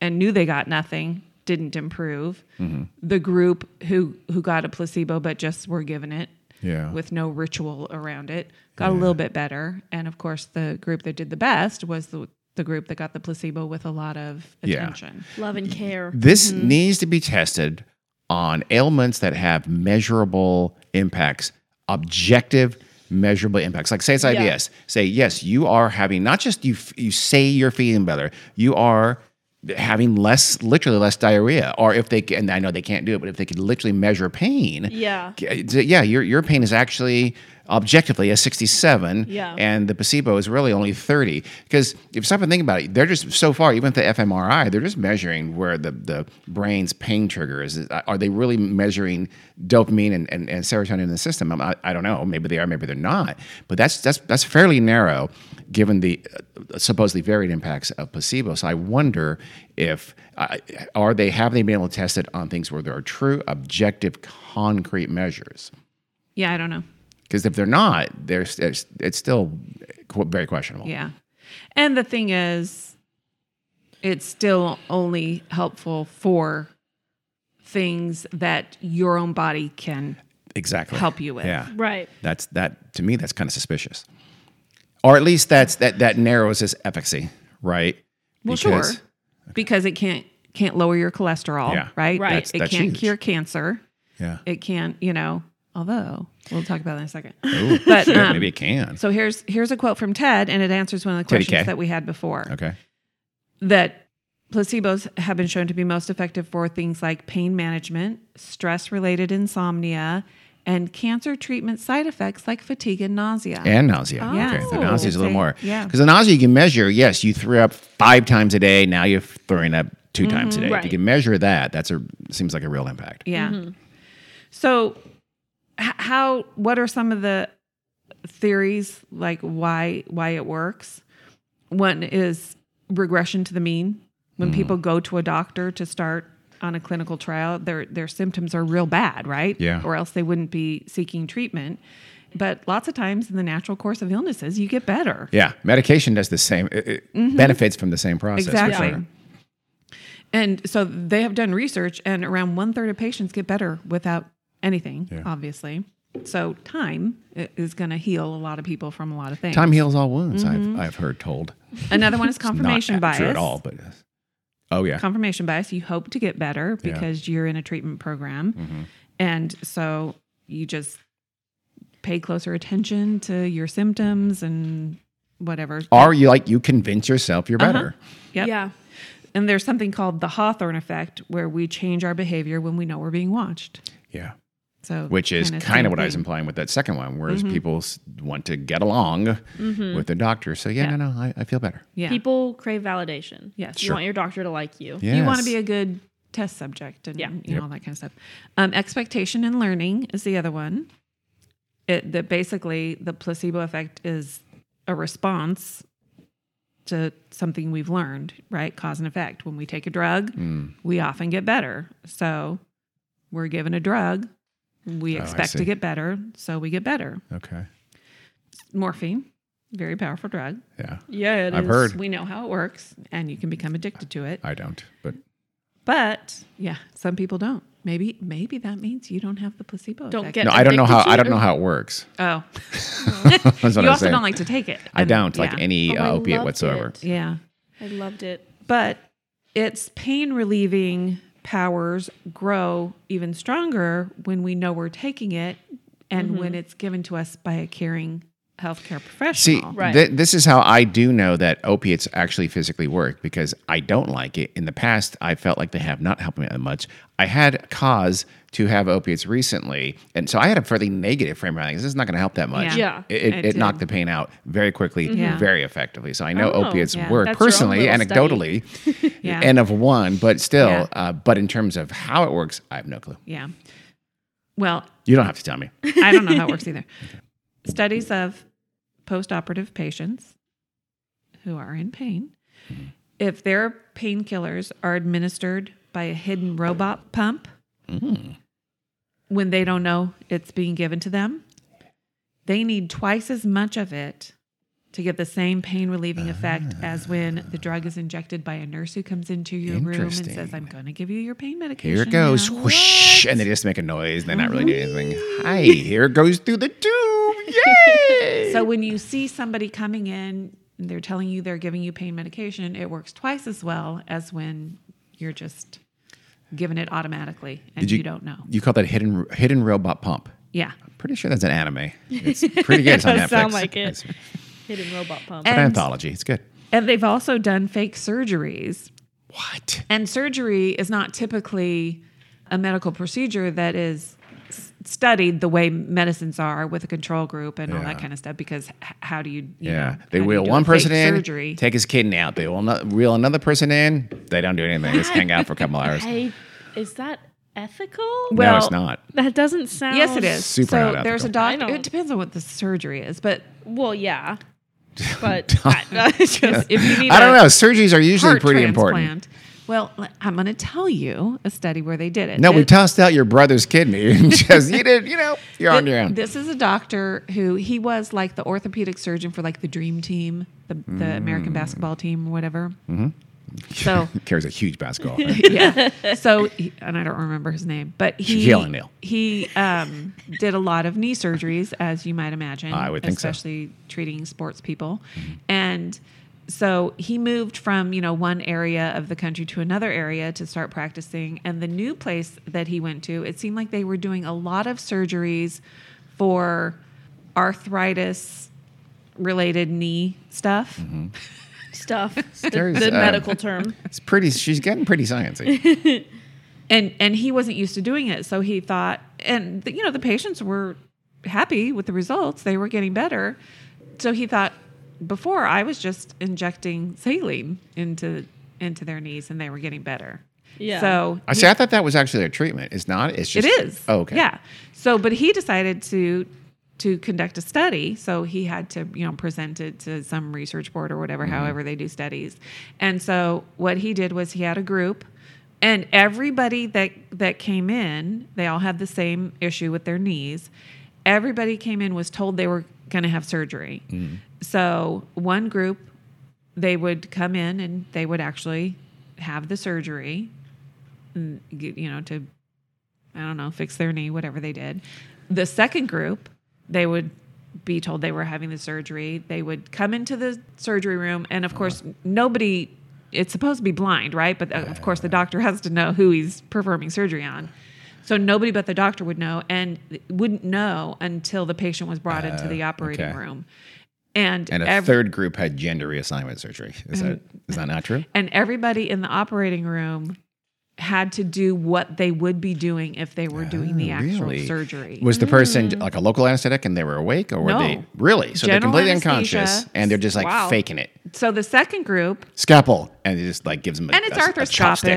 [SPEAKER 2] and knew they got nothing didn't improve.
[SPEAKER 1] Mm-hmm.
[SPEAKER 2] The group who who got a placebo but just were given it
[SPEAKER 1] Yeah.
[SPEAKER 2] with no ritual around it got a little bit better. And of course, the group that did the best was the the group that got the placebo with a lot of
[SPEAKER 1] Yeah.
[SPEAKER 2] attention.
[SPEAKER 3] Love and care.
[SPEAKER 1] This needs to be tested on ailments that have measurable impacts, objective measurable impacts. Like say it's IBS. Say yes, you are having not just you f- you say you're feeling better. You are having less literally less diarrhea or if they can and I know they can't do it, but if they could literally measure pain. uh,
[SPEAKER 3] Yeah.
[SPEAKER 1] Yeah, your your pain is actually objectively a 67
[SPEAKER 3] Yeah.
[SPEAKER 1] and the placebo is really only 30 because if you stop and think about it they're just so far even with the fMRI they're just measuring where the, the brain's pain trigger is are they really measuring dopamine and, and, and serotonin in the system I'm, I, I don't know maybe they are maybe they're not but that's that's that's fairly narrow given the uh, supposedly varied impacts of placebo so I wonder if uh, are they have they been able to test it on things where there are true objective concrete measures
[SPEAKER 2] Yeah, I don't know.
[SPEAKER 1] because if they're not, there's it's, it's still qu- very questionable.
[SPEAKER 2] Yeah. And the thing is, it's still only helpful for things that your own body can.
[SPEAKER 1] Exactly.
[SPEAKER 2] Help you with.
[SPEAKER 1] Yeah.
[SPEAKER 3] Right.
[SPEAKER 1] That's that to me. That's kind of suspicious, or at least that's that that narrows his efficacy, right?
[SPEAKER 2] Well,
[SPEAKER 1] Because-
[SPEAKER 2] sure. Because it can't can't lower your cholesterol,
[SPEAKER 1] Yeah.
[SPEAKER 2] right?
[SPEAKER 3] Right.
[SPEAKER 1] That's-
[SPEAKER 2] It
[SPEAKER 1] that's
[SPEAKER 2] can't
[SPEAKER 1] huge.
[SPEAKER 2] cure cancer.
[SPEAKER 1] Yeah.
[SPEAKER 2] It can't, you know, although we'll talk about that in
[SPEAKER 1] [LAUGHS]
[SPEAKER 2] a second.
[SPEAKER 1] Ooh,
[SPEAKER 2] But
[SPEAKER 1] shit,
[SPEAKER 2] [LAUGHS] um,
[SPEAKER 1] maybe it can.
[SPEAKER 2] so here's here's a quote from Ted and it answers one of the
[SPEAKER 1] Teddy
[SPEAKER 2] questions
[SPEAKER 1] K.
[SPEAKER 2] that we had before.
[SPEAKER 1] okay.
[SPEAKER 2] that placebos have been shown to be most effective for things like pain management, stress related insomnia, and cancer treatment side effects like fatigue and nausea.
[SPEAKER 1] And nausea.
[SPEAKER 2] Yeah.
[SPEAKER 1] Okay. So
[SPEAKER 2] Oh.
[SPEAKER 1] nausea is a little more.
[SPEAKER 2] Yeah.
[SPEAKER 1] Because the nausea you can measure. Yes, you threw up five times a day. Now you're throwing up two
[SPEAKER 2] Mm-hmm.
[SPEAKER 1] times a day. If you
[SPEAKER 3] Right.
[SPEAKER 1] can measure that, that's a seems like a real impact.
[SPEAKER 2] yeah. So, h- how, what are some of the theories like why why it works? One is regression to the mean. When people go to a doctor to start on a clinical trial, their their symptoms are real bad, right?
[SPEAKER 1] Yeah.
[SPEAKER 2] Or else they wouldn't be seeking treatment. But lots of times in the natural course of illnesses, you get better.
[SPEAKER 1] Yeah. Medication does the same. It, it benefits from the same process. for
[SPEAKER 2] Mm-hmm. Exactly.
[SPEAKER 1] sure.
[SPEAKER 2] And so they have done research, and around one third of patients get better without anything, obviously. So time i- is going to heal a lot of people from a lot of things.
[SPEAKER 1] Time heals all wounds. I've I've heard told.
[SPEAKER 2] Another
[SPEAKER 1] [LAUGHS]
[SPEAKER 2] one is Mm-hmm. confirmation
[SPEAKER 1] not
[SPEAKER 2] bias.
[SPEAKER 1] True at all, but oh yeah,
[SPEAKER 2] Confirmation bias. You hope to get better because you're in a treatment program,
[SPEAKER 1] Mm-hmm.
[SPEAKER 2] and so you just pay closer attention to your symptoms and whatever.
[SPEAKER 1] Oh.
[SPEAKER 2] Uh-huh.
[SPEAKER 1] are you like you convince yourself you're better?
[SPEAKER 2] Yep.
[SPEAKER 3] Yeah.
[SPEAKER 2] And there's something called the Hawthorne effect where we change our behavior when we know we're being watched.
[SPEAKER 1] Yeah.
[SPEAKER 2] So
[SPEAKER 1] Which is
[SPEAKER 2] kinda Mm-hmm.
[SPEAKER 1] kind
[SPEAKER 2] same
[SPEAKER 1] of what I was
[SPEAKER 2] thing.
[SPEAKER 1] implying with that second one, whereas people s- want to get along with their doctor. So, yeah,
[SPEAKER 2] Mm. Yeah.
[SPEAKER 1] no, no, I, I feel better.
[SPEAKER 2] yeah.
[SPEAKER 3] Mm-hmm. People crave validation.
[SPEAKER 2] Yes.
[SPEAKER 3] You
[SPEAKER 2] Sure.
[SPEAKER 3] want your doctor to like you.
[SPEAKER 1] Yes.
[SPEAKER 2] You want to be a good test subject and
[SPEAKER 3] Yeah.
[SPEAKER 2] you know all that kind of stuff. Um, expectation and learning is the other one. It that basically the placebo effect is a response to something we've learned, right? Cause and effect. When we take a drug,
[SPEAKER 1] Mm,
[SPEAKER 2] we often get better. So we're given a drug, we
[SPEAKER 1] Oh, I
[SPEAKER 2] expect
[SPEAKER 1] see.
[SPEAKER 2] to get better, so we get better.
[SPEAKER 1] Okay.
[SPEAKER 2] Morphine, very powerful drug.
[SPEAKER 1] Yeah.
[SPEAKER 3] Yeah, it
[SPEAKER 1] I've heard.
[SPEAKER 2] We know how it works and you can become addicted to it.
[SPEAKER 1] I don't, but
[SPEAKER 2] But yeah, some people don't. Maybe maybe that means you don't have the placebo.
[SPEAKER 3] Don't
[SPEAKER 2] effect.
[SPEAKER 3] get-
[SPEAKER 1] no, I don't know
[SPEAKER 3] addicted
[SPEAKER 1] how,
[SPEAKER 3] to
[SPEAKER 1] I
[SPEAKER 3] it
[SPEAKER 1] don't know
[SPEAKER 3] or-
[SPEAKER 1] how it works. [LAUGHS]
[SPEAKER 2] Oh,
[SPEAKER 1] That's what
[SPEAKER 2] you
[SPEAKER 1] I'm
[SPEAKER 2] also
[SPEAKER 1] saying.
[SPEAKER 2] don't like to take it.
[SPEAKER 1] I
[SPEAKER 2] And-
[SPEAKER 1] don't like
[SPEAKER 2] yeah.
[SPEAKER 1] any
[SPEAKER 3] Oh, I
[SPEAKER 1] uh, opiate
[SPEAKER 3] loved
[SPEAKER 1] whatsoever.
[SPEAKER 3] it.
[SPEAKER 2] Yeah,
[SPEAKER 3] I loved it.
[SPEAKER 2] but its pain relieving powers grow even stronger when we know we're taking it, and when it's given to us by a caring healthcare
[SPEAKER 1] See,
[SPEAKER 2] professional.
[SPEAKER 3] Right.
[SPEAKER 1] thi- this is how I do know that opiates actually physically work because I don't like it. In the past, I felt like they have not helped me that much. I had cause to have opiates recently, and so I had a fairly negative frame around things. This is not going to help that much.
[SPEAKER 2] Yeah.
[SPEAKER 3] Yeah.
[SPEAKER 1] It, it,
[SPEAKER 2] It
[SPEAKER 1] it knocked the
[SPEAKER 2] did.
[SPEAKER 1] pain out very quickly,
[SPEAKER 2] Yeah.
[SPEAKER 1] very effectively. So I know
[SPEAKER 3] Oh,
[SPEAKER 1] opiates
[SPEAKER 2] yeah.
[SPEAKER 1] work
[SPEAKER 3] That's your own
[SPEAKER 1] personally,
[SPEAKER 3] little study.
[SPEAKER 1] anecdotally,
[SPEAKER 2] Yeah.
[SPEAKER 1] and of one, but still,
[SPEAKER 2] Yeah.
[SPEAKER 1] uh, but in terms of how it works, I have no clue.
[SPEAKER 2] Yeah. Well,
[SPEAKER 1] You don't have to tell me.
[SPEAKER 2] I don't know how it works either. [LAUGHS] Studies of postoperative patients who are in pain, if their painkillers are administered by a hidden robot pump,
[SPEAKER 1] Mm.
[SPEAKER 2] when they don't know it's being given to them, they need twice as much of it to get the same pain relieving effect as when the drug is injected by a nurse who comes into your room and says,
[SPEAKER 1] Interesting.
[SPEAKER 2] I'm going to give you your pain medication.
[SPEAKER 1] Here it goes. [LAUGHS]
[SPEAKER 2] now." Mm-hmm.
[SPEAKER 1] Whoosh. And they just make a noise. They're not really doing anything. Hi, here it goes through the
[SPEAKER 2] [LAUGHS]
[SPEAKER 1] tube. Yay.
[SPEAKER 2] So when you see somebody coming in and they're telling you they're giving you pain medication, it works twice as well as when you're just given it automatically and you, don't know.
[SPEAKER 1] You call that hidden hidden robot pump.
[SPEAKER 2] Yeah.
[SPEAKER 1] Pretty sure that's an anime. It's pretty
[SPEAKER 2] [LAUGHS]
[SPEAKER 1] good. It's on
[SPEAKER 3] does
[SPEAKER 1] Netflix.
[SPEAKER 3] sound like it.
[SPEAKER 1] It's
[SPEAKER 3] Hidden robot pump.
[SPEAKER 1] an
[SPEAKER 2] And-
[SPEAKER 1] anthology. It's good.
[SPEAKER 2] And they've also done fake surgeries.
[SPEAKER 1] What?
[SPEAKER 2] And surgery is not typically a medical procedure that is s- studied the way medicines are with a control group and all
[SPEAKER 1] Yeah.
[SPEAKER 2] that kind of stuff because h- how do you,
[SPEAKER 1] Yeah.
[SPEAKER 2] you
[SPEAKER 1] They
[SPEAKER 2] know, how do you
[SPEAKER 1] wheel
[SPEAKER 2] do a
[SPEAKER 1] one
[SPEAKER 2] fake
[SPEAKER 1] person in,
[SPEAKER 2] surgery
[SPEAKER 1] take his kidney out. They wheel, no- reel another person in. They don't do anything. They just hang out for a
[SPEAKER 2] [LAUGHS]
[SPEAKER 1] couple hours.
[SPEAKER 3] I, is that ethical?
[SPEAKER 1] no,
[SPEAKER 2] Well-
[SPEAKER 1] it's not.
[SPEAKER 3] that doesn't sound.
[SPEAKER 2] Yes, it is.
[SPEAKER 1] Super
[SPEAKER 2] so
[SPEAKER 1] not
[SPEAKER 2] there's a
[SPEAKER 3] ethical. I
[SPEAKER 2] doctor. It
[SPEAKER 3] don't-
[SPEAKER 2] depends on what the surgery is, but
[SPEAKER 1] [LAUGHS]
[SPEAKER 3] Well, yeah, but I, [LAUGHS]
[SPEAKER 2] if you need
[SPEAKER 1] I don't
[SPEAKER 2] a
[SPEAKER 1] know. Surgeries are usually
[SPEAKER 2] heart
[SPEAKER 1] pretty important.
[SPEAKER 2] transplant, Well, l- I'm going to tell you a study where they did it.
[SPEAKER 1] No, we
[SPEAKER 2] Th-
[SPEAKER 1] tossed out your brother's kidney [LAUGHS] and just you did. You know, you're on your own.
[SPEAKER 2] This is a doctor who he was like the orthopedic surgeon for like the dream team, the, the
[SPEAKER 1] Mm.
[SPEAKER 2] American basketball team, or whatever.
[SPEAKER 1] Mm-hmm.
[SPEAKER 2] So
[SPEAKER 1] carries a huge basketball. Right?
[SPEAKER 2] yeah. So, he- and I don't remember his name, but he
[SPEAKER 1] Shaquille O'Neal.
[SPEAKER 2] he um, did a lot of knee surgeries, as you might imagine.
[SPEAKER 1] I would think so.
[SPEAKER 2] especially treating sports people, and so he moved from you know one area of the country to another area to start practicing. And the new place that he went to, it seemed like they were doing a lot of surgeries for arthritis related knee stuff.
[SPEAKER 3] stuff.
[SPEAKER 1] There's,
[SPEAKER 3] The, the
[SPEAKER 1] um,
[SPEAKER 3] medical term.
[SPEAKER 1] It's pretty. She's getting pretty sciencey.
[SPEAKER 2] and and he wasn't used to doing it so he thought and the, you know the patients were happy with the results they were getting better so he thought before i was just injecting saline into into their knees and they were getting better
[SPEAKER 3] Yeah.
[SPEAKER 2] so
[SPEAKER 1] I see. I thought that was actually their treatment. It's not. It's just.
[SPEAKER 2] it is
[SPEAKER 1] Oh, okay.
[SPEAKER 2] yeah so but he decided to to conduct a study so he had to you know present it to some research board or whatever
[SPEAKER 1] Mm-hmm.
[SPEAKER 2] however they do studies and so what he did was he had a group and everybody that that came in they all had the same issue with their knees everybody came in was told they were going to have surgery
[SPEAKER 1] Mm.
[SPEAKER 2] so one group they would come in and they would actually have the surgery and get- you know to I don't know, fix their knee, whatever they did. The second group, they would be told they were having the surgery. They would come into the surgery room, and of course, nobody, it's supposed to be blind, right? But uh, of course, the doctor has to know who he's performing surgery on. So nobody but the doctor would know and wouldn't know until the patient was brought into the operating
[SPEAKER 1] Uh, okay.
[SPEAKER 2] room. and
[SPEAKER 1] And a
[SPEAKER 2] ev-
[SPEAKER 1] third group had gender reassignment surgery. Is that is that not true?
[SPEAKER 2] and everybody in the operating room had to do what they would be doing if they were doing the actual
[SPEAKER 1] Oh, really?
[SPEAKER 2] surgery. Mm.
[SPEAKER 1] Was the person like a local anesthetic and they were awake, or were
[SPEAKER 2] No.
[SPEAKER 1] they really? So they're
[SPEAKER 2] General
[SPEAKER 1] completely
[SPEAKER 2] anesthesia.
[SPEAKER 1] unconscious and they're just like
[SPEAKER 3] Wow.
[SPEAKER 1] faking it.
[SPEAKER 2] so the second group,
[SPEAKER 1] Scalpel, and it just like gives them a,
[SPEAKER 2] And it's
[SPEAKER 1] a- a
[SPEAKER 2] arthroscopic.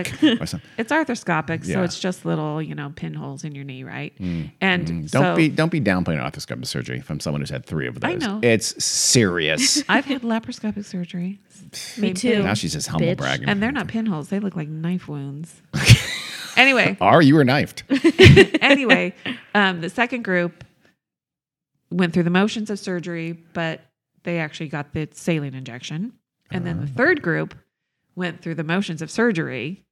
[SPEAKER 1] chopstick or
[SPEAKER 2] [LAUGHS]
[SPEAKER 1] something.
[SPEAKER 2] it's arthroscopic,
[SPEAKER 1] Yeah. Mm,
[SPEAKER 2] so it's just little, you know, pinholes in your knee, right? And
[SPEAKER 1] Don't
[SPEAKER 2] so
[SPEAKER 1] be don't be downplaying arthroscopic surgery from someone who's had three of those.
[SPEAKER 2] I know.
[SPEAKER 1] It's
[SPEAKER 2] [LAUGHS]
[SPEAKER 1] serious.
[SPEAKER 2] I've had laparoscopic
[SPEAKER 1] [LAUGHS]
[SPEAKER 2] surgery.
[SPEAKER 3] Me
[SPEAKER 2] Same
[SPEAKER 3] too.
[SPEAKER 2] thing.
[SPEAKER 1] now she's just humble
[SPEAKER 3] Bitch.
[SPEAKER 1] bragging.
[SPEAKER 2] And they're not pinholes, they look like knife wounds.
[SPEAKER 1] [LAUGHS]
[SPEAKER 2] anyway,
[SPEAKER 1] Are you were knifed?
[SPEAKER 2] anyway, um, the second group went through the motions of surgery, but they actually got the saline injection. And
[SPEAKER 1] Uh-huh.
[SPEAKER 2] then the third group went through the motions of surgery,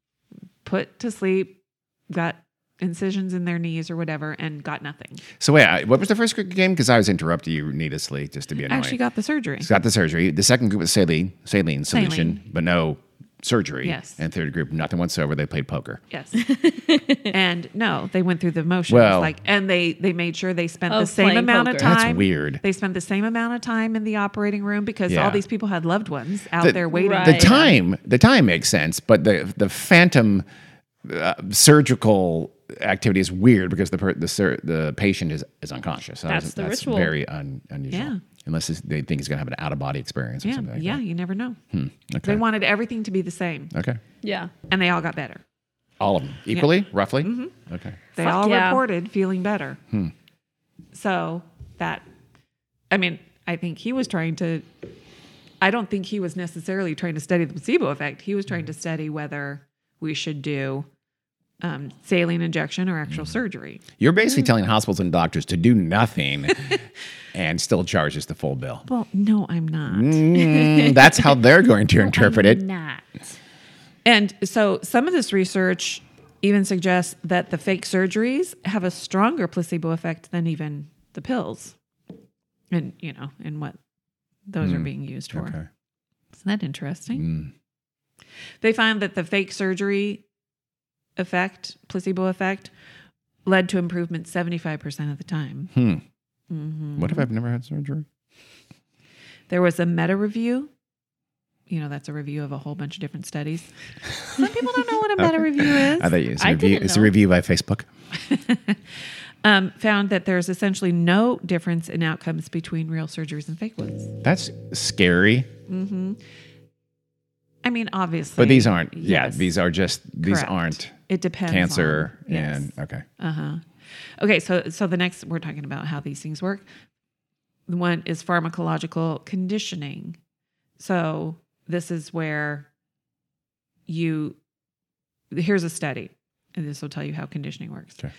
[SPEAKER 2] put to sleep, got incisions in their knees or whatever, and got nothing.
[SPEAKER 1] So wait, I- what was the first group again? Because I was interrupting you needlessly just to be annoying.
[SPEAKER 2] Actually, got the surgery.
[SPEAKER 1] It's got the surgery. The second group was saline, saline solution,
[SPEAKER 2] Saline.
[SPEAKER 1] but no surgery.
[SPEAKER 2] Yes.
[SPEAKER 1] And third group, nothing whatsoever. They played poker.
[SPEAKER 3] [LAUGHS]
[SPEAKER 2] Yes. and no, they went through the motions.
[SPEAKER 1] Well-
[SPEAKER 2] like, and they they made sure they spent the
[SPEAKER 3] Of
[SPEAKER 2] same
[SPEAKER 3] playing
[SPEAKER 2] amount of
[SPEAKER 3] poker.
[SPEAKER 2] time.
[SPEAKER 1] That's weird.
[SPEAKER 2] They spent the same amount of time in the operating room because
[SPEAKER 1] Yeah.
[SPEAKER 2] all these people had loved ones out
[SPEAKER 1] The-
[SPEAKER 2] there waiting.
[SPEAKER 3] Right.
[SPEAKER 1] The
[SPEAKER 3] I-
[SPEAKER 1] time, the time makes sense, but the the phantom uh, surgical activity is weird because the per, the sur, the patient is, is unconscious. So
[SPEAKER 3] That's the
[SPEAKER 1] that's
[SPEAKER 3] ritual.
[SPEAKER 1] very un, unusual.
[SPEAKER 2] Yeah.
[SPEAKER 1] Unless it's- they think he's going to have an out of body experience or
[SPEAKER 2] Yeah,
[SPEAKER 1] something. Like
[SPEAKER 2] yeah, you never know.
[SPEAKER 1] That. Okay.
[SPEAKER 2] They wanted everything to be the same,
[SPEAKER 1] okay.
[SPEAKER 3] Yeah.
[SPEAKER 2] and they all got better.
[SPEAKER 1] All of them equally, roughly.
[SPEAKER 2] Mm-hmm.
[SPEAKER 1] Okay.
[SPEAKER 2] They
[SPEAKER 3] Fuck
[SPEAKER 2] all
[SPEAKER 3] yeah.
[SPEAKER 2] reported feeling better.
[SPEAKER 1] Hmm.
[SPEAKER 2] So that, I mean, I think he was trying to. I don't think he was necessarily trying to study the placebo effect. He was trying to study whether we should do um, saline injection or
[SPEAKER 1] Hmm.
[SPEAKER 2] actual surgery.
[SPEAKER 1] You're
[SPEAKER 2] Mm.
[SPEAKER 1] basically telling hospitals and doctors to do
[SPEAKER 2] [LAUGHS]
[SPEAKER 1] nothing, and still charge us the full bill.
[SPEAKER 2] Well, no, I'm not.
[SPEAKER 1] Mm, that's how they're going
[SPEAKER 2] [LAUGHS]
[SPEAKER 1] to interpret it.
[SPEAKER 3] Not.
[SPEAKER 2] And so some of this research even suggests that the fake surgeries have a stronger placebo effect than even the pills. And you know, and what those are being used for.
[SPEAKER 1] Hmm. Okay. Hmm. Mm.
[SPEAKER 2] Isn't that interesting? They found that the fake surgery effect, placebo effect, led to improvement 75% of the time.
[SPEAKER 1] What if I've never had surgery?
[SPEAKER 2] There was a meta review. You know, that's a review of a whole bunch of different studies. Some people don't know what a
[SPEAKER 1] [LAUGHS]
[SPEAKER 2] meta review is.
[SPEAKER 1] I thought you it's a
[SPEAKER 3] I
[SPEAKER 1] review.
[SPEAKER 3] didn't
[SPEAKER 1] It's a
[SPEAKER 3] know.
[SPEAKER 1] review by Facebook.
[SPEAKER 2] um, found that there's essentially no difference in outcomes between real surgeries and fake ones. Mm-hmm.
[SPEAKER 1] That's scary.
[SPEAKER 2] I mean, obviously.
[SPEAKER 1] But these aren't. Yeah,
[SPEAKER 2] Yes.
[SPEAKER 1] these are just. These
[SPEAKER 2] Correct.
[SPEAKER 1] aren't
[SPEAKER 2] It depends. on-
[SPEAKER 1] cancer
[SPEAKER 2] Yes.
[SPEAKER 1] and okay.
[SPEAKER 2] Uh-huh. Okay, so so the next we're talking about how these things work. The one is pharmacological conditioning. So this is where you here's a study, and this will tell you how conditioning works.
[SPEAKER 1] Okay.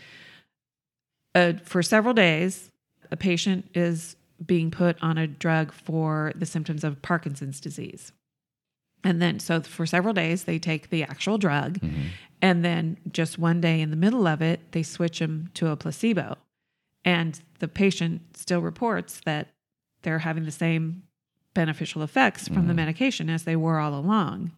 [SPEAKER 2] Uh, for several days, a patient is being put on a drug for the symptoms of Parkinson's disease. And then, so for several days, they take the actual drug. And then, just one day in the middle of it, they switch them to a placebo. And the patient still reports that they're having the same beneficial effects from the medication as they were all along.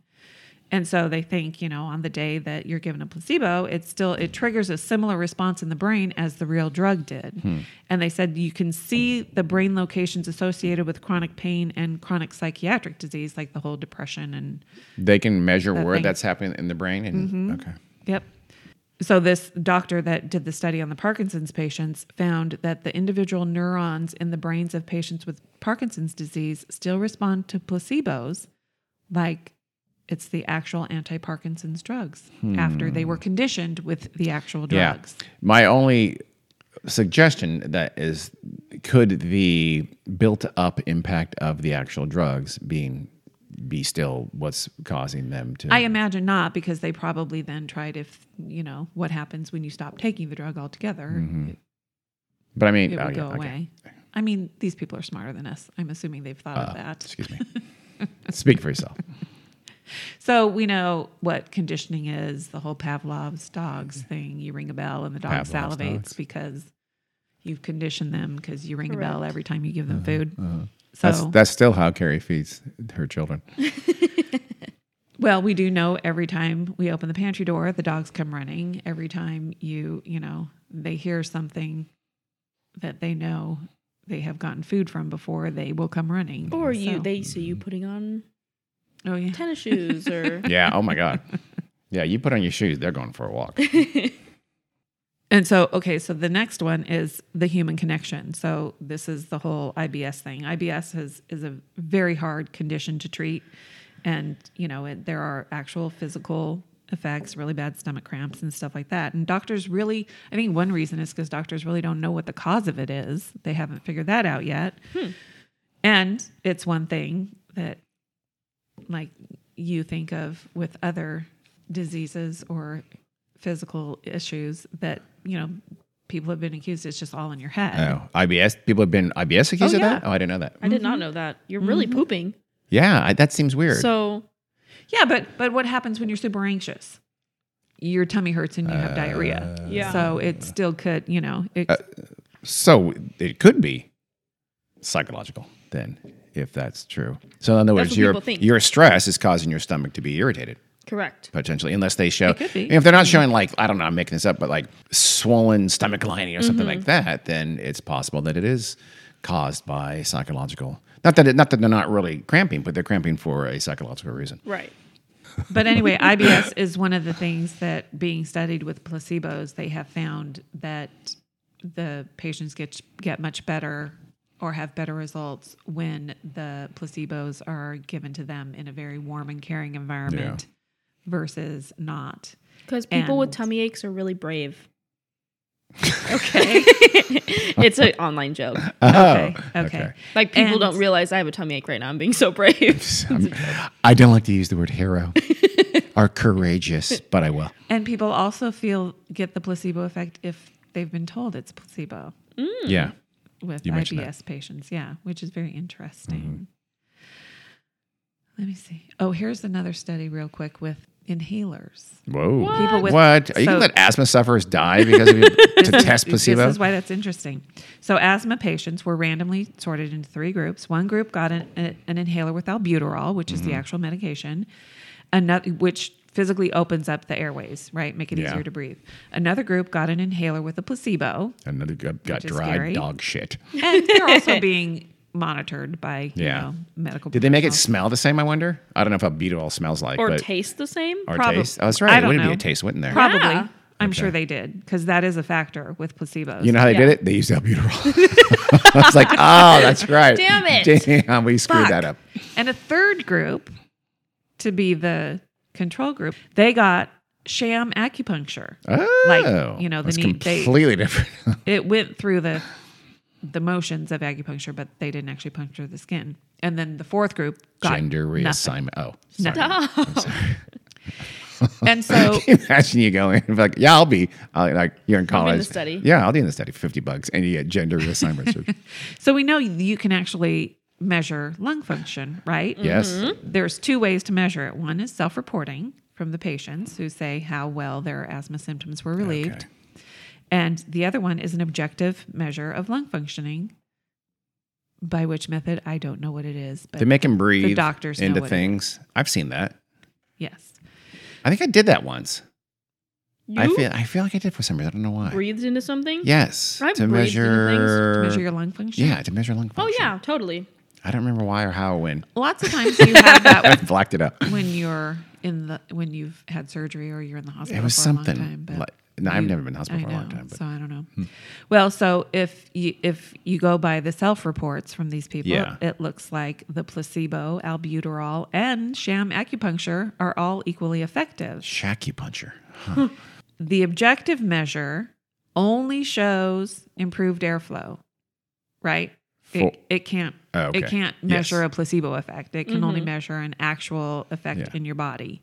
[SPEAKER 2] And so they think, you know, on the day that you're given a placebo, it still it triggers a similar response in the brain as the real drug did. And they said you can see the brain locations associated with chronic pain and chronic psychiatric disease, like the whole depression and
[SPEAKER 1] They can measure where
[SPEAKER 2] thing. Mm-hmm.
[SPEAKER 1] that's happening in the brain. And okay,
[SPEAKER 2] Yep. So this doctor that did the study on the Parkinson's patients found that the individual neurons in the brains of patients with Parkinson's disease still respond to placebos like it's the actual anti-Parkinson's drugs after they were conditioned with the actual drugs.
[SPEAKER 1] Hmm. yeah. My only suggestion that is, could the built-up impact of the actual drugs being be still what's causing them to?
[SPEAKER 2] I imagine not because they probably then tried if, you know, what happens when you stop taking the drug altogether, it,
[SPEAKER 1] but I mean,
[SPEAKER 2] it
[SPEAKER 1] Mm-hmm. oh,
[SPEAKER 2] would
[SPEAKER 1] yeah,
[SPEAKER 2] go
[SPEAKER 1] okay.
[SPEAKER 2] away. I mean, these people are smarter than us. I'm assuming they've thought
[SPEAKER 1] Uh,
[SPEAKER 2] of that.
[SPEAKER 1] Excuse me. [LAUGHS] Speak for
[SPEAKER 2] [LAUGHS]
[SPEAKER 1] yourself.
[SPEAKER 2] So we know what conditioning is, the whole Pavlov's dogs thing. You ring a bell and the dog
[SPEAKER 1] Mm-hmm. Pavlov's
[SPEAKER 2] salivates
[SPEAKER 1] dogs.
[SPEAKER 2] because you've conditioned them because you ring a bell
[SPEAKER 3] Correct.
[SPEAKER 2] every time you give them food. So,
[SPEAKER 1] Uh-huh. That's that's still how Carrie feeds her children.
[SPEAKER 2] well, we do know every time we open the pantry door, the dogs come running. Every time you, you know, they hear something that they know they have gotten food from before, they will come running.
[SPEAKER 3] Or you,
[SPEAKER 2] So-
[SPEAKER 3] they see you putting on
[SPEAKER 2] oh yeah,
[SPEAKER 3] tennis shoes or
[SPEAKER 1] Yeah. Oh my
[SPEAKER 2] [LAUGHS]
[SPEAKER 1] God. Yeah. You put on your shoes, they're going for a walk.
[SPEAKER 2] And so, okay, so the next one is the human connection. So this is the whole IBS thing. IBS is is a very hard condition to treat, and you know it, there are actual physical effects, really bad stomach cramps and stuff like that. And doctors really, I think one reason is because doctors really don't know what the cause of it is. They haven't figured that out yet. And it's one thing that like you think of with other diseases or physical issues that you know people have been accused it's just all in your head
[SPEAKER 1] Oh, IBS. People have been IBS accused
[SPEAKER 2] Oh,
[SPEAKER 1] of that.
[SPEAKER 2] yeah.
[SPEAKER 1] Oh, I didn't know that.
[SPEAKER 3] I did not know that. You're really pooping.
[SPEAKER 1] Yeah, I, that seems weird.
[SPEAKER 3] So
[SPEAKER 2] yeah but but what happens when you're super anxious your tummy hurts and you have diarrhea
[SPEAKER 1] Uh,
[SPEAKER 3] yeah.
[SPEAKER 2] so it still could you know it,
[SPEAKER 1] So it could be psychological then, if that's true. So in other words,
[SPEAKER 3] That's what
[SPEAKER 1] your
[SPEAKER 3] people think.
[SPEAKER 1] your stress is causing your stomach to be irritated
[SPEAKER 3] correct.
[SPEAKER 1] potentially, unless they show.
[SPEAKER 2] could be.
[SPEAKER 1] And if they're not showing like I don't know, I'm making this up, but like swollen stomach lining or something like that, then it's possible that it is caused by psychological. Not that it, not that they're not really cramping, but they're cramping for a psychological reason.
[SPEAKER 3] Right.
[SPEAKER 2] but anyway ibs is one of the things that being studied with placebos they have found that the patients get get much better or have better results when the placebos are given to them in a very warm and caring environment versus not
[SPEAKER 3] Because people with
[SPEAKER 2] And-
[SPEAKER 3] tummy aches are
[SPEAKER 1] [LAUGHS]
[SPEAKER 3] really brave.
[SPEAKER 2] okay
[SPEAKER 3] [LAUGHS] It's an online joke.
[SPEAKER 1] Oh,
[SPEAKER 2] okay okay, [LAUGHS]
[SPEAKER 3] Like people
[SPEAKER 2] And-
[SPEAKER 3] don't realize I have a tummy ache right now. I'm being
[SPEAKER 1] [LAUGHS]
[SPEAKER 3] so brave.
[SPEAKER 1] I'm- I don't like to use the word hero or courageous, but I will.
[SPEAKER 2] and people also feel get the placebo effect if they've been told it's placebo
[SPEAKER 1] Yeah.
[SPEAKER 2] with
[SPEAKER 1] You mentioned that.
[SPEAKER 2] IBS patients. Yeah, which is very interesting.
[SPEAKER 1] Mm-hmm.
[SPEAKER 2] Let me see. Oh, here's another study, real quick, with inhalers.
[SPEAKER 1] Whoa.
[SPEAKER 2] People with-
[SPEAKER 1] what? Are you
[SPEAKER 2] so-
[SPEAKER 1] going to let asthma sufferers die because
[SPEAKER 2] [LAUGHS]
[SPEAKER 1] of your, to test placebo?
[SPEAKER 2] This is why that's interesting. So, asthma patients were randomly sorted into three groups. One group got an, an an inhaler with albuterol, which is the
[SPEAKER 1] Mm-hmm.
[SPEAKER 2] actual medication, another which physically opens up the airways, right, make it
[SPEAKER 1] Yeah.
[SPEAKER 2] easier to breathe. Another group got an inhaler with a placebo,
[SPEAKER 1] Another got, got
[SPEAKER 2] Which is
[SPEAKER 1] dried
[SPEAKER 2] scary.
[SPEAKER 1] dog
[SPEAKER 2] [LAUGHS]
[SPEAKER 1] shit.
[SPEAKER 2] and
[SPEAKER 1] [LAUGHS]
[SPEAKER 2] they're also being monitored by you
[SPEAKER 1] Yeah.
[SPEAKER 2] know medical.
[SPEAKER 1] Did they make it
[SPEAKER 2] professionals.
[SPEAKER 1] smell the same? I wonder. I don't know if albuterol smells like
[SPEAKER 3] or
[SPEAKER 1] but,
[SPEAKER 3] taste the same.
[SPEAKER 1] or
[SPEAKER 2] Probab-
[SPEAKER 1] taste. Oh, that's
[SPEAKER 2] I
[SPEAKER 1] right. It
[SPEAKER 2] don't
[SPEAKER 1] wouldn't be
[SPEAKER 2] know.
[SPEAKER 1] a taste, wouldn't there?
[SPEAKER 2] Probably.
[SPEAKER 3] Yeah.
[SPEAKER 2] I'm sure they did because that is a factor with placebos.
[SPEAKER 1] You know how they
[SPEAKER 3] Yeah.
[SPEAKER 1] did it? They used albuterol. [LAUGHS]
[SPEAKER 2] [LAUGHS]
[SPEAKER 1] I was like, oh, that's right.
[SPEAKER 3] Damn it.
[SPEAKER 1] Damn, we screwed that up.
[SPEAKER 2] and a third group to be the control group, they got sham acupuncture.
[SPEAKER 1] Oh,
[SPEAKER 2] Like, you know, the
[SPEAKER 1] that's
[SPEAKER 2] need- they-
[SPEAKER 1] completely different. [LAUGHS]
[SPEAKER 2] It went through the the motions of acupuncture, but they didn't actually puncture the skin. And then the fourth group got
[SPEAKER 1] Gender
[SPEAKER 2] nothing.
[SPEAKER 1] reassignment. Oh, sorry.
[SPEAKER 2] [LAUGHS]
[SPEAKER 1] [LAUGHS]
[SPEAKER 2] And so
[SPEAKER 1] Imagine you go in and be like, yeah, I'll be I'll, like you're in college.
[SPEAKER 3] in the study.
[SPEAKER 1] Yeah, I'll be in the study. Fifty bucks, and you get gender reassignment. surgery.
[SPEAKER 2] so we know you can actually measure lung function, right?
[SPEAKER 1] yes,
[SPEAKER 2] There's two ways to measure it. One is self-reporting from the patients who say how well their asthma symptoms were relieved.
[SPEAKER 1] Okay.
[SPEAKER 2] And the other one is an objective measure of lung functioning, by which method I don't know what it is, but
[SPEAKER 1] they make him breathe.
[SPEAKER 2] doctors know
[SPEAKER 1] into
[SPEAKER 2] what it-
[SPEAKER 1] things. I've seen that.
[SPEAKER 2] yes.
[SPEAKER 1] I think I did that once.
[SPEAKER 3] You
[SPEAKER 1] I feel I feel like I did for some reason. I don't know why.
[SPEAKER 3] breathed into something?
[SPEAKER 1] Yes,
[SPEAKER 3] I've
[SPEAKER 1] to
[SPEAKER 3] breathed into things. To
[SPEAKER 1] measure.
[SPEAKER 2] Measure your lung function.
[SPEAKER 1] yeah, to measor lung
[SPEAKER 3] Oh
[SPEAKER 1] function.
[SPEAKER 3] yeah, totally.
[SPEAKER 1] I don't remember why or how or when.
[SPEAKER 2] Lots of times you have
[SPEAKER 1] I [LAUGHS]
[SPEAKER 2] that
[SPEAKER 1] blacked it out.
[SPEAKER 2] when you're in the when you've had surgery or you're in the hospital.
[SPEAKER 1] It was
[SPEAKER 2] for
[SPEAKER 1] something.
[SPEAKER 2] A long time, but
[SPEAKER 1] like, no, I've
[SPEAKER 2] you-
[SPEAKER 1] never been in the hospital
[SPEAKER 2] I
[SPEAKER 1] for a long
[SPEAKER 2] know,
[SPEAKER 1] time. But Hmm.
[SPEAKER 2] So I don't know. Well, so if you if you go by the self reports from these people,
[SPEAKER 1] Yeah.
[SPEAKER 2] it looks like the placebo, albuterol, and sham acupuncture are all equally effective.
[SPEAKER 1] shacupuncture.
[SPEAKER 2] The objective measure only shows improved airflow, right?
[SPEAKER 1] For-
[SPEAKER 2] It, it can't
[SPEAKER 1] Oh, okay.
[SPEAKER 2] it can't
[SPEAKER 1] Yes.
[SPEAKER 2] measure a placebo effect. It can only measure an actual effect
[SPEAKER 1] Yeah.
[SPEAKER 2] in your body.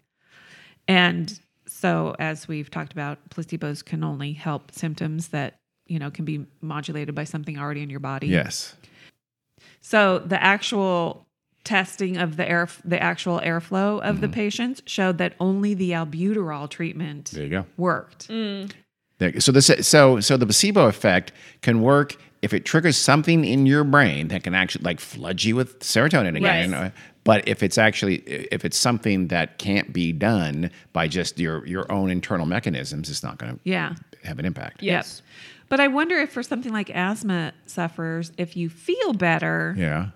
[SPEAKER 2] And so as we've talked about, placebos can only help symptoms that, you know, can be modulated by something already in your body.
[SPEAKER 1] Yes.
[SPEAKER 2] So the actual testing of the air the actual airflow of
[SPEAKER 1] Mm-hmm.
[SPEAKER 2] the patients showed that only the albuterol treatment
[SPEAKER 1] There you go.
[SPEAKER 2] worked.
[SPEAKER 3] Mm.
[SPEAKER 1] There- So this so so the placebo effect can work if it triggers something in your brain that can actually like flood you with serotonin again,
[SPEAKER 3] Right.
[SPEAKER 1] uh, But if it's actually if it's something that can't be done by just your your own internal mechanisms, it's not going to
[SPEAKER 2] Yeah.
[SPEAKER 1] have an impact.
[SPEAKER 3] Yes.
[SPEAKER 2] Yep. But I wonder if for something like asthma sufferers, if you feel better,
[SPEAKER 1] Yeah.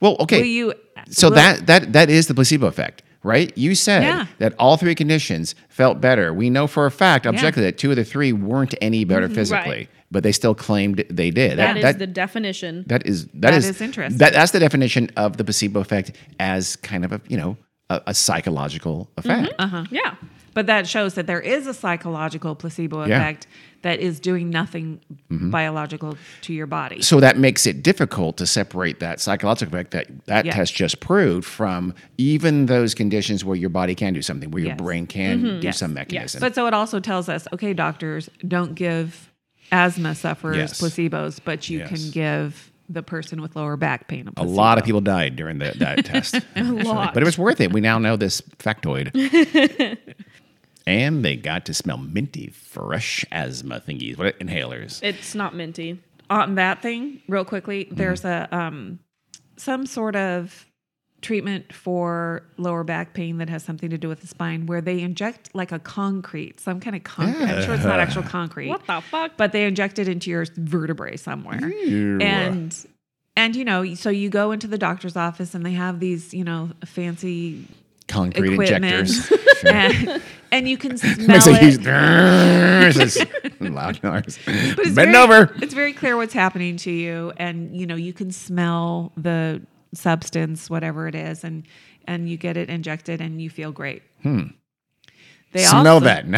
[SPEAKER 1] Well, okay.
[SPEAKER 2] will you?
[SPEAKER 1] so
[SPEAKER 2] will-
[SPEAKER 1] that that that is the placebo effect, right? You said
[SPEAKER 2] Yeah.
[SPEAKER 1] that all three conditions felt better. We know for a fact, objectively, that two of the three weren't any better physically, but they still claimed they did.
[SPEAKER 3] Mm-hmm. That is
[SPEAKER 1] that,
[SPEAKER 3] the definition.
[SPEAKER 1] that is that,
[SPEAKER 2] That
[SPEAKER 1] is,
[SPEAKER 2] is interesting.
[SPEAKER 1] That, that's the definition of the placebo effect as kind of a you know a, a psychological effect.
[SPEAKER 2] Mm-hmm. Uh-huh.
[SPEAKER 3] yeah.
[SPEAKER 2] But that shows that there is a psychological placebo
[SPEAKER 1] Yeah. Mm-hmm.
[SPEAKER 2] effect that is doing nothing biological to your body.
[SPEAKER 1] So that makes it difficult to separate that psychological effect that that
[SPEAKER 2] Yeah.
[SPEAKER 1] test just proved from even those conditions where your body can do something, where your
[SPEAKER 2] Yes. Mm-hmm.
[SPEAKER 1] brain can do
[SPEAKER 2] Yes.
[SPEAKER 1] some mechanism.
[SPEAKER 2] But so it also tells us, okay, doctors, don't give asthma sufferers
[SPEAKER 1] Yes.
[SPEAKER 2] placebos, but you
[SPEAKER 1] Yes.
[SPEAKER 2] can give the person with lower back pain a
[SPEAKER 1] A
[SPEAKER 2] placebo.
[SPEAKER 1] lot of people died during that that
[SPEAKER 2] [LAUGHS]
[SPEAKER 1] test. [LAUGHS] a
[SPEAKER 3] lot.
[SPEAKER 1] But it was worth it. We now know this factoid. and they got to smell minty, fresh asthma thingies, what inhalers.
[SPEAKER 3] It's not minty.
[SPEAKER 2] on that thing real quickly
[SPEAKER 1] Mm-hmm.
[SPEAKER 2] there's a um some sort of treatment for lower back pain that has something to do with the spine where they inject like a concrete some kind of concrete i'm sure it's
[SPEAKER 1] [LAUGHS]
[SPEAKER 2] not actual concrete
[SPEAKER 3] What the fuck?
[SPEAKER 2] but they inject it into your vertebrae somewhere and and you know so you go into the doctor's office and they have these you know fancy
[SPEAKER 1] Concrete
[SPEAKER 2] equipment [LAUGHS]
[SPEAKER 1] injectors.
[SPEAKER 2] and, and
[SPEAKER 1] [LAUGHS]
[SPEAKER 2] you can smell
[SPEAKER 1] Makes a
[SPEAKER 2] it
[SPEAKER 1] huge [LAUGHS] it's
[SPEAKER 2] [LAUGHS]
[SPEAKER 1] loud noise.
[SPEAKER 2] But it's
[SPEAKER 1] Bend
[SPEAKER 2] very-
[SPEAKER 1] over.
[SPEAKER 2] It's very clear what's happening to you, and you know you can smell the substance, whatever it is, and and you get it injected, and you feel great. Hmm. They
[SPEAKER 1] Smell
[SPEAKER 2] also-
[SPEAKER 1] that.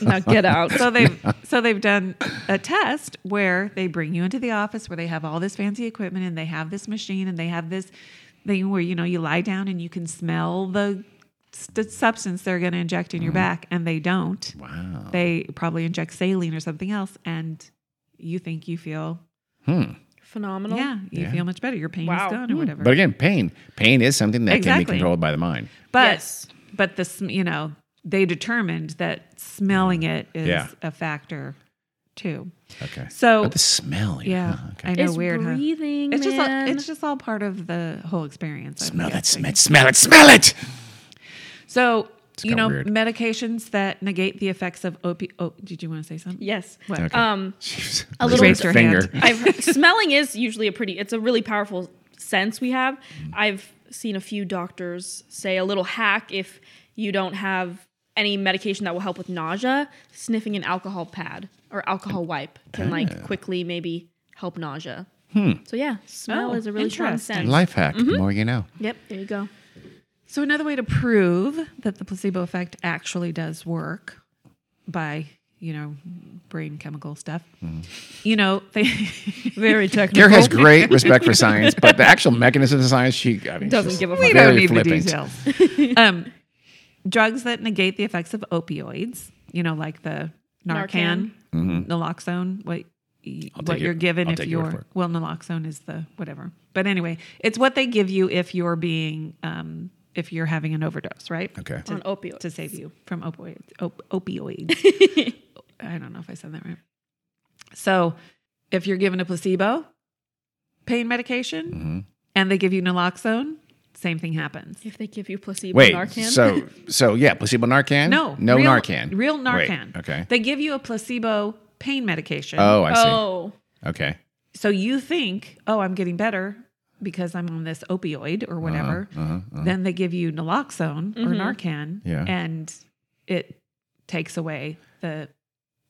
[SPEAKER 2] [LAUGHS]
[SPEAKER 1] No.
[SPEAKER 3] [LAUGHS] now
[SPEAKER 1] [LAUGHS]
[SPEAKER 3] get out.
[SPEAKER 2] So they've so they've done a test where they bring you into the office where they have all this fancy equipment and they have this machine and they have this thing where you know you lie down and you can smell the st- substance they're going to inject
[SPEAKER 1] Mm-hmm.
[SPEAKER 2] in your back, and they don't
[SPEAKER 1] wow.
[SPEAKER 2] they probably inject saline or something else and you think you feel
[SPEAKER 3] Phenomenal.
[SPEAKER 2] yeah you feel much better your pain
[SPEAKER 3] Wow.
[SPEAKER 2] is gone or whatever
[SPEAKER 1] Hmm. But again, pain. Pain is something that can be
[SPEAKER 2] Exactly.
[SPEAKER 1] controlled by the mind.
[SPEAKER 2] but
[SPEAKER 3] Yes.
[SPEAKER 2] but the sm- you know they determined that smelling it is
[SPEAKER 1] Yeah.
[SPEAKER 2] a factor too
[SPEAKER 1] Okay.
[SPEAKER 2] so
[SPEAKER 1] But the smell.
[SPEAKER 2] Oh. yeah
[SPEAKER 1] huh, Uh-huh, okay.
[SPEAKER 2] i know
[SPEAKER 3] It's
[SPEAKER 2] weird huh?
[SPEAKER 3] breathing.
[SPEAKER 2] it's just all,
[SPEAKER 3] man.
[SPEAKER 2] it's just all part of the whole experience I'm
[SPEAKER 1] Smell that.
[SPEAKER 2] guessing.
[SPEAKER 1] Smell it. Smell it. Smell it.
[SPEAKER 2] so you
[SPEAKER 1] kinda
[SPEAKER 2] know
[SPEAKER 1] weird.
[SPEAKER 2] medications that negate the effects of opi- oh did you want to say something
[SPEAKER 3] yes.
[SPEAKER 2] What?
[SPEAKER 1] Okay.
[SPEAKER 3] Um,
[SPEAKER 1] A
[SPEAKER 2] little- Raised her hand.
[SPEAKER 3] I've [LAUGHS] smelling is usually a pretty. It's a really powerful sense we have.
[SPEAKER 1] Mm-hmm.
[SPEAKER 3] I've seen a few doctors say a little hack if you don't have any medication that will help with nausea, sniffing an alcohol pad or alcohol wipe can like quickly maybe help nausea.
[SPEAKER 1] Hmm.
[SPEAKER 3] So yeah, smell
[SPEAKER 2] Oh,
[SPEAKER 3] is a really strong
[SPEAKER 2] interesting.
[SPEAKER 3] sense.
[SPEAKER 1] Life hack.
[SPEAKER 2] Mm-hmm.
[SPEAKER 1] The more you know.
[SPEAKER 3] Yep, there you go.
[SPEAKER 2] So another way to prove that the placebo effect actually does work by, you know, brain chemical stuff.
[SPEAKER 1] Mm-hmm.
[SPEAKER 2] You know, they
[SPEAKER 3] [LAUGHS] Very technical.
[SPEAKER 1] Kara has great respect
[SPEAKER 2] [LAUGHS]
[SPEAKER 1] for science, but the actual mechanism of science, she I mean,
[SPEAKER 3] Doesn't
[SPEAKER 1] she's
[SPEAKER 3] give a fuck.
[SPEAKER 2] we
[SPEAKER 1] very
[SPEAKER 2] don't need
[SPEAKER 1] flippant.
[SPEAKER 2] the details. [LAUGHS] um, drugs that negate the effects of opioids, you know, like the Narcan, naloxone, what y-
[SPEAKER 1] Mm-hmm. I'll
[SPEAKER 2] what
[SPEAKER 1] take
[SPEAKER 2] you're
[SPEAKER 1] it.
[SPEAKER 2] given
[SPEAKER 1] I'll
[SPEAKER 2] if
[SPEAKER 1] take your word for
[SPEAKER 2] you're
[SPEAKER 1] it.
[SPEAKER 2] well, naloxone is the whatever. But anyway, it's what they give you if you're being um, if you're having an overdose, right?
[SPEAKER 1] Okay.
[SPEAKER 3] on
[SPEAKER 1] [LAUGHS]
[SPEAKER 3] opioids. [LAUGHS]
[SPEAKER 2] to save you from opioids. Op- opioids. I don't know if I said that right. So, if you're given a placebo pain medication
[SPEAKER 1] Mm. Mm-hmm.
[SPEAKER 2] and they give you naloxone, same thing happens.
[SPEAKER 3] if they give you placebo
[SPEAKER 1] Wait.
[SPEAKER 3] Narcan,
[SPEAKER 1] So so yeah, placebo Narcan.
[SPEAKER 2] No,
[SPEAKER 1] no
[SPEAKER 2] real,
[SPEAKER 1] Narcan.
[SPEAKER 2] Real
[SPEAKER 1] Wait,
[SPEAKER 2] Narcan.
[SPEAKER 1] okay.
[SPEAKER 2] They give you a placebo pain medication.
[SPEAKER 1] Oh, I see.
[SPEAKER 3] oh,
[SPEAKER 1] Okay. Uh-huh.
[SPEAKER 2] So you think, oh, I'm getting better because I'm on this opioid or whatever.
[SPEAKER 1] Uh-huh.
[SPEAKER 2] Then they give you naloxone or Narcan,
[SPEAKER 1] Yeah.
[SPEAKER 2] and it takes away the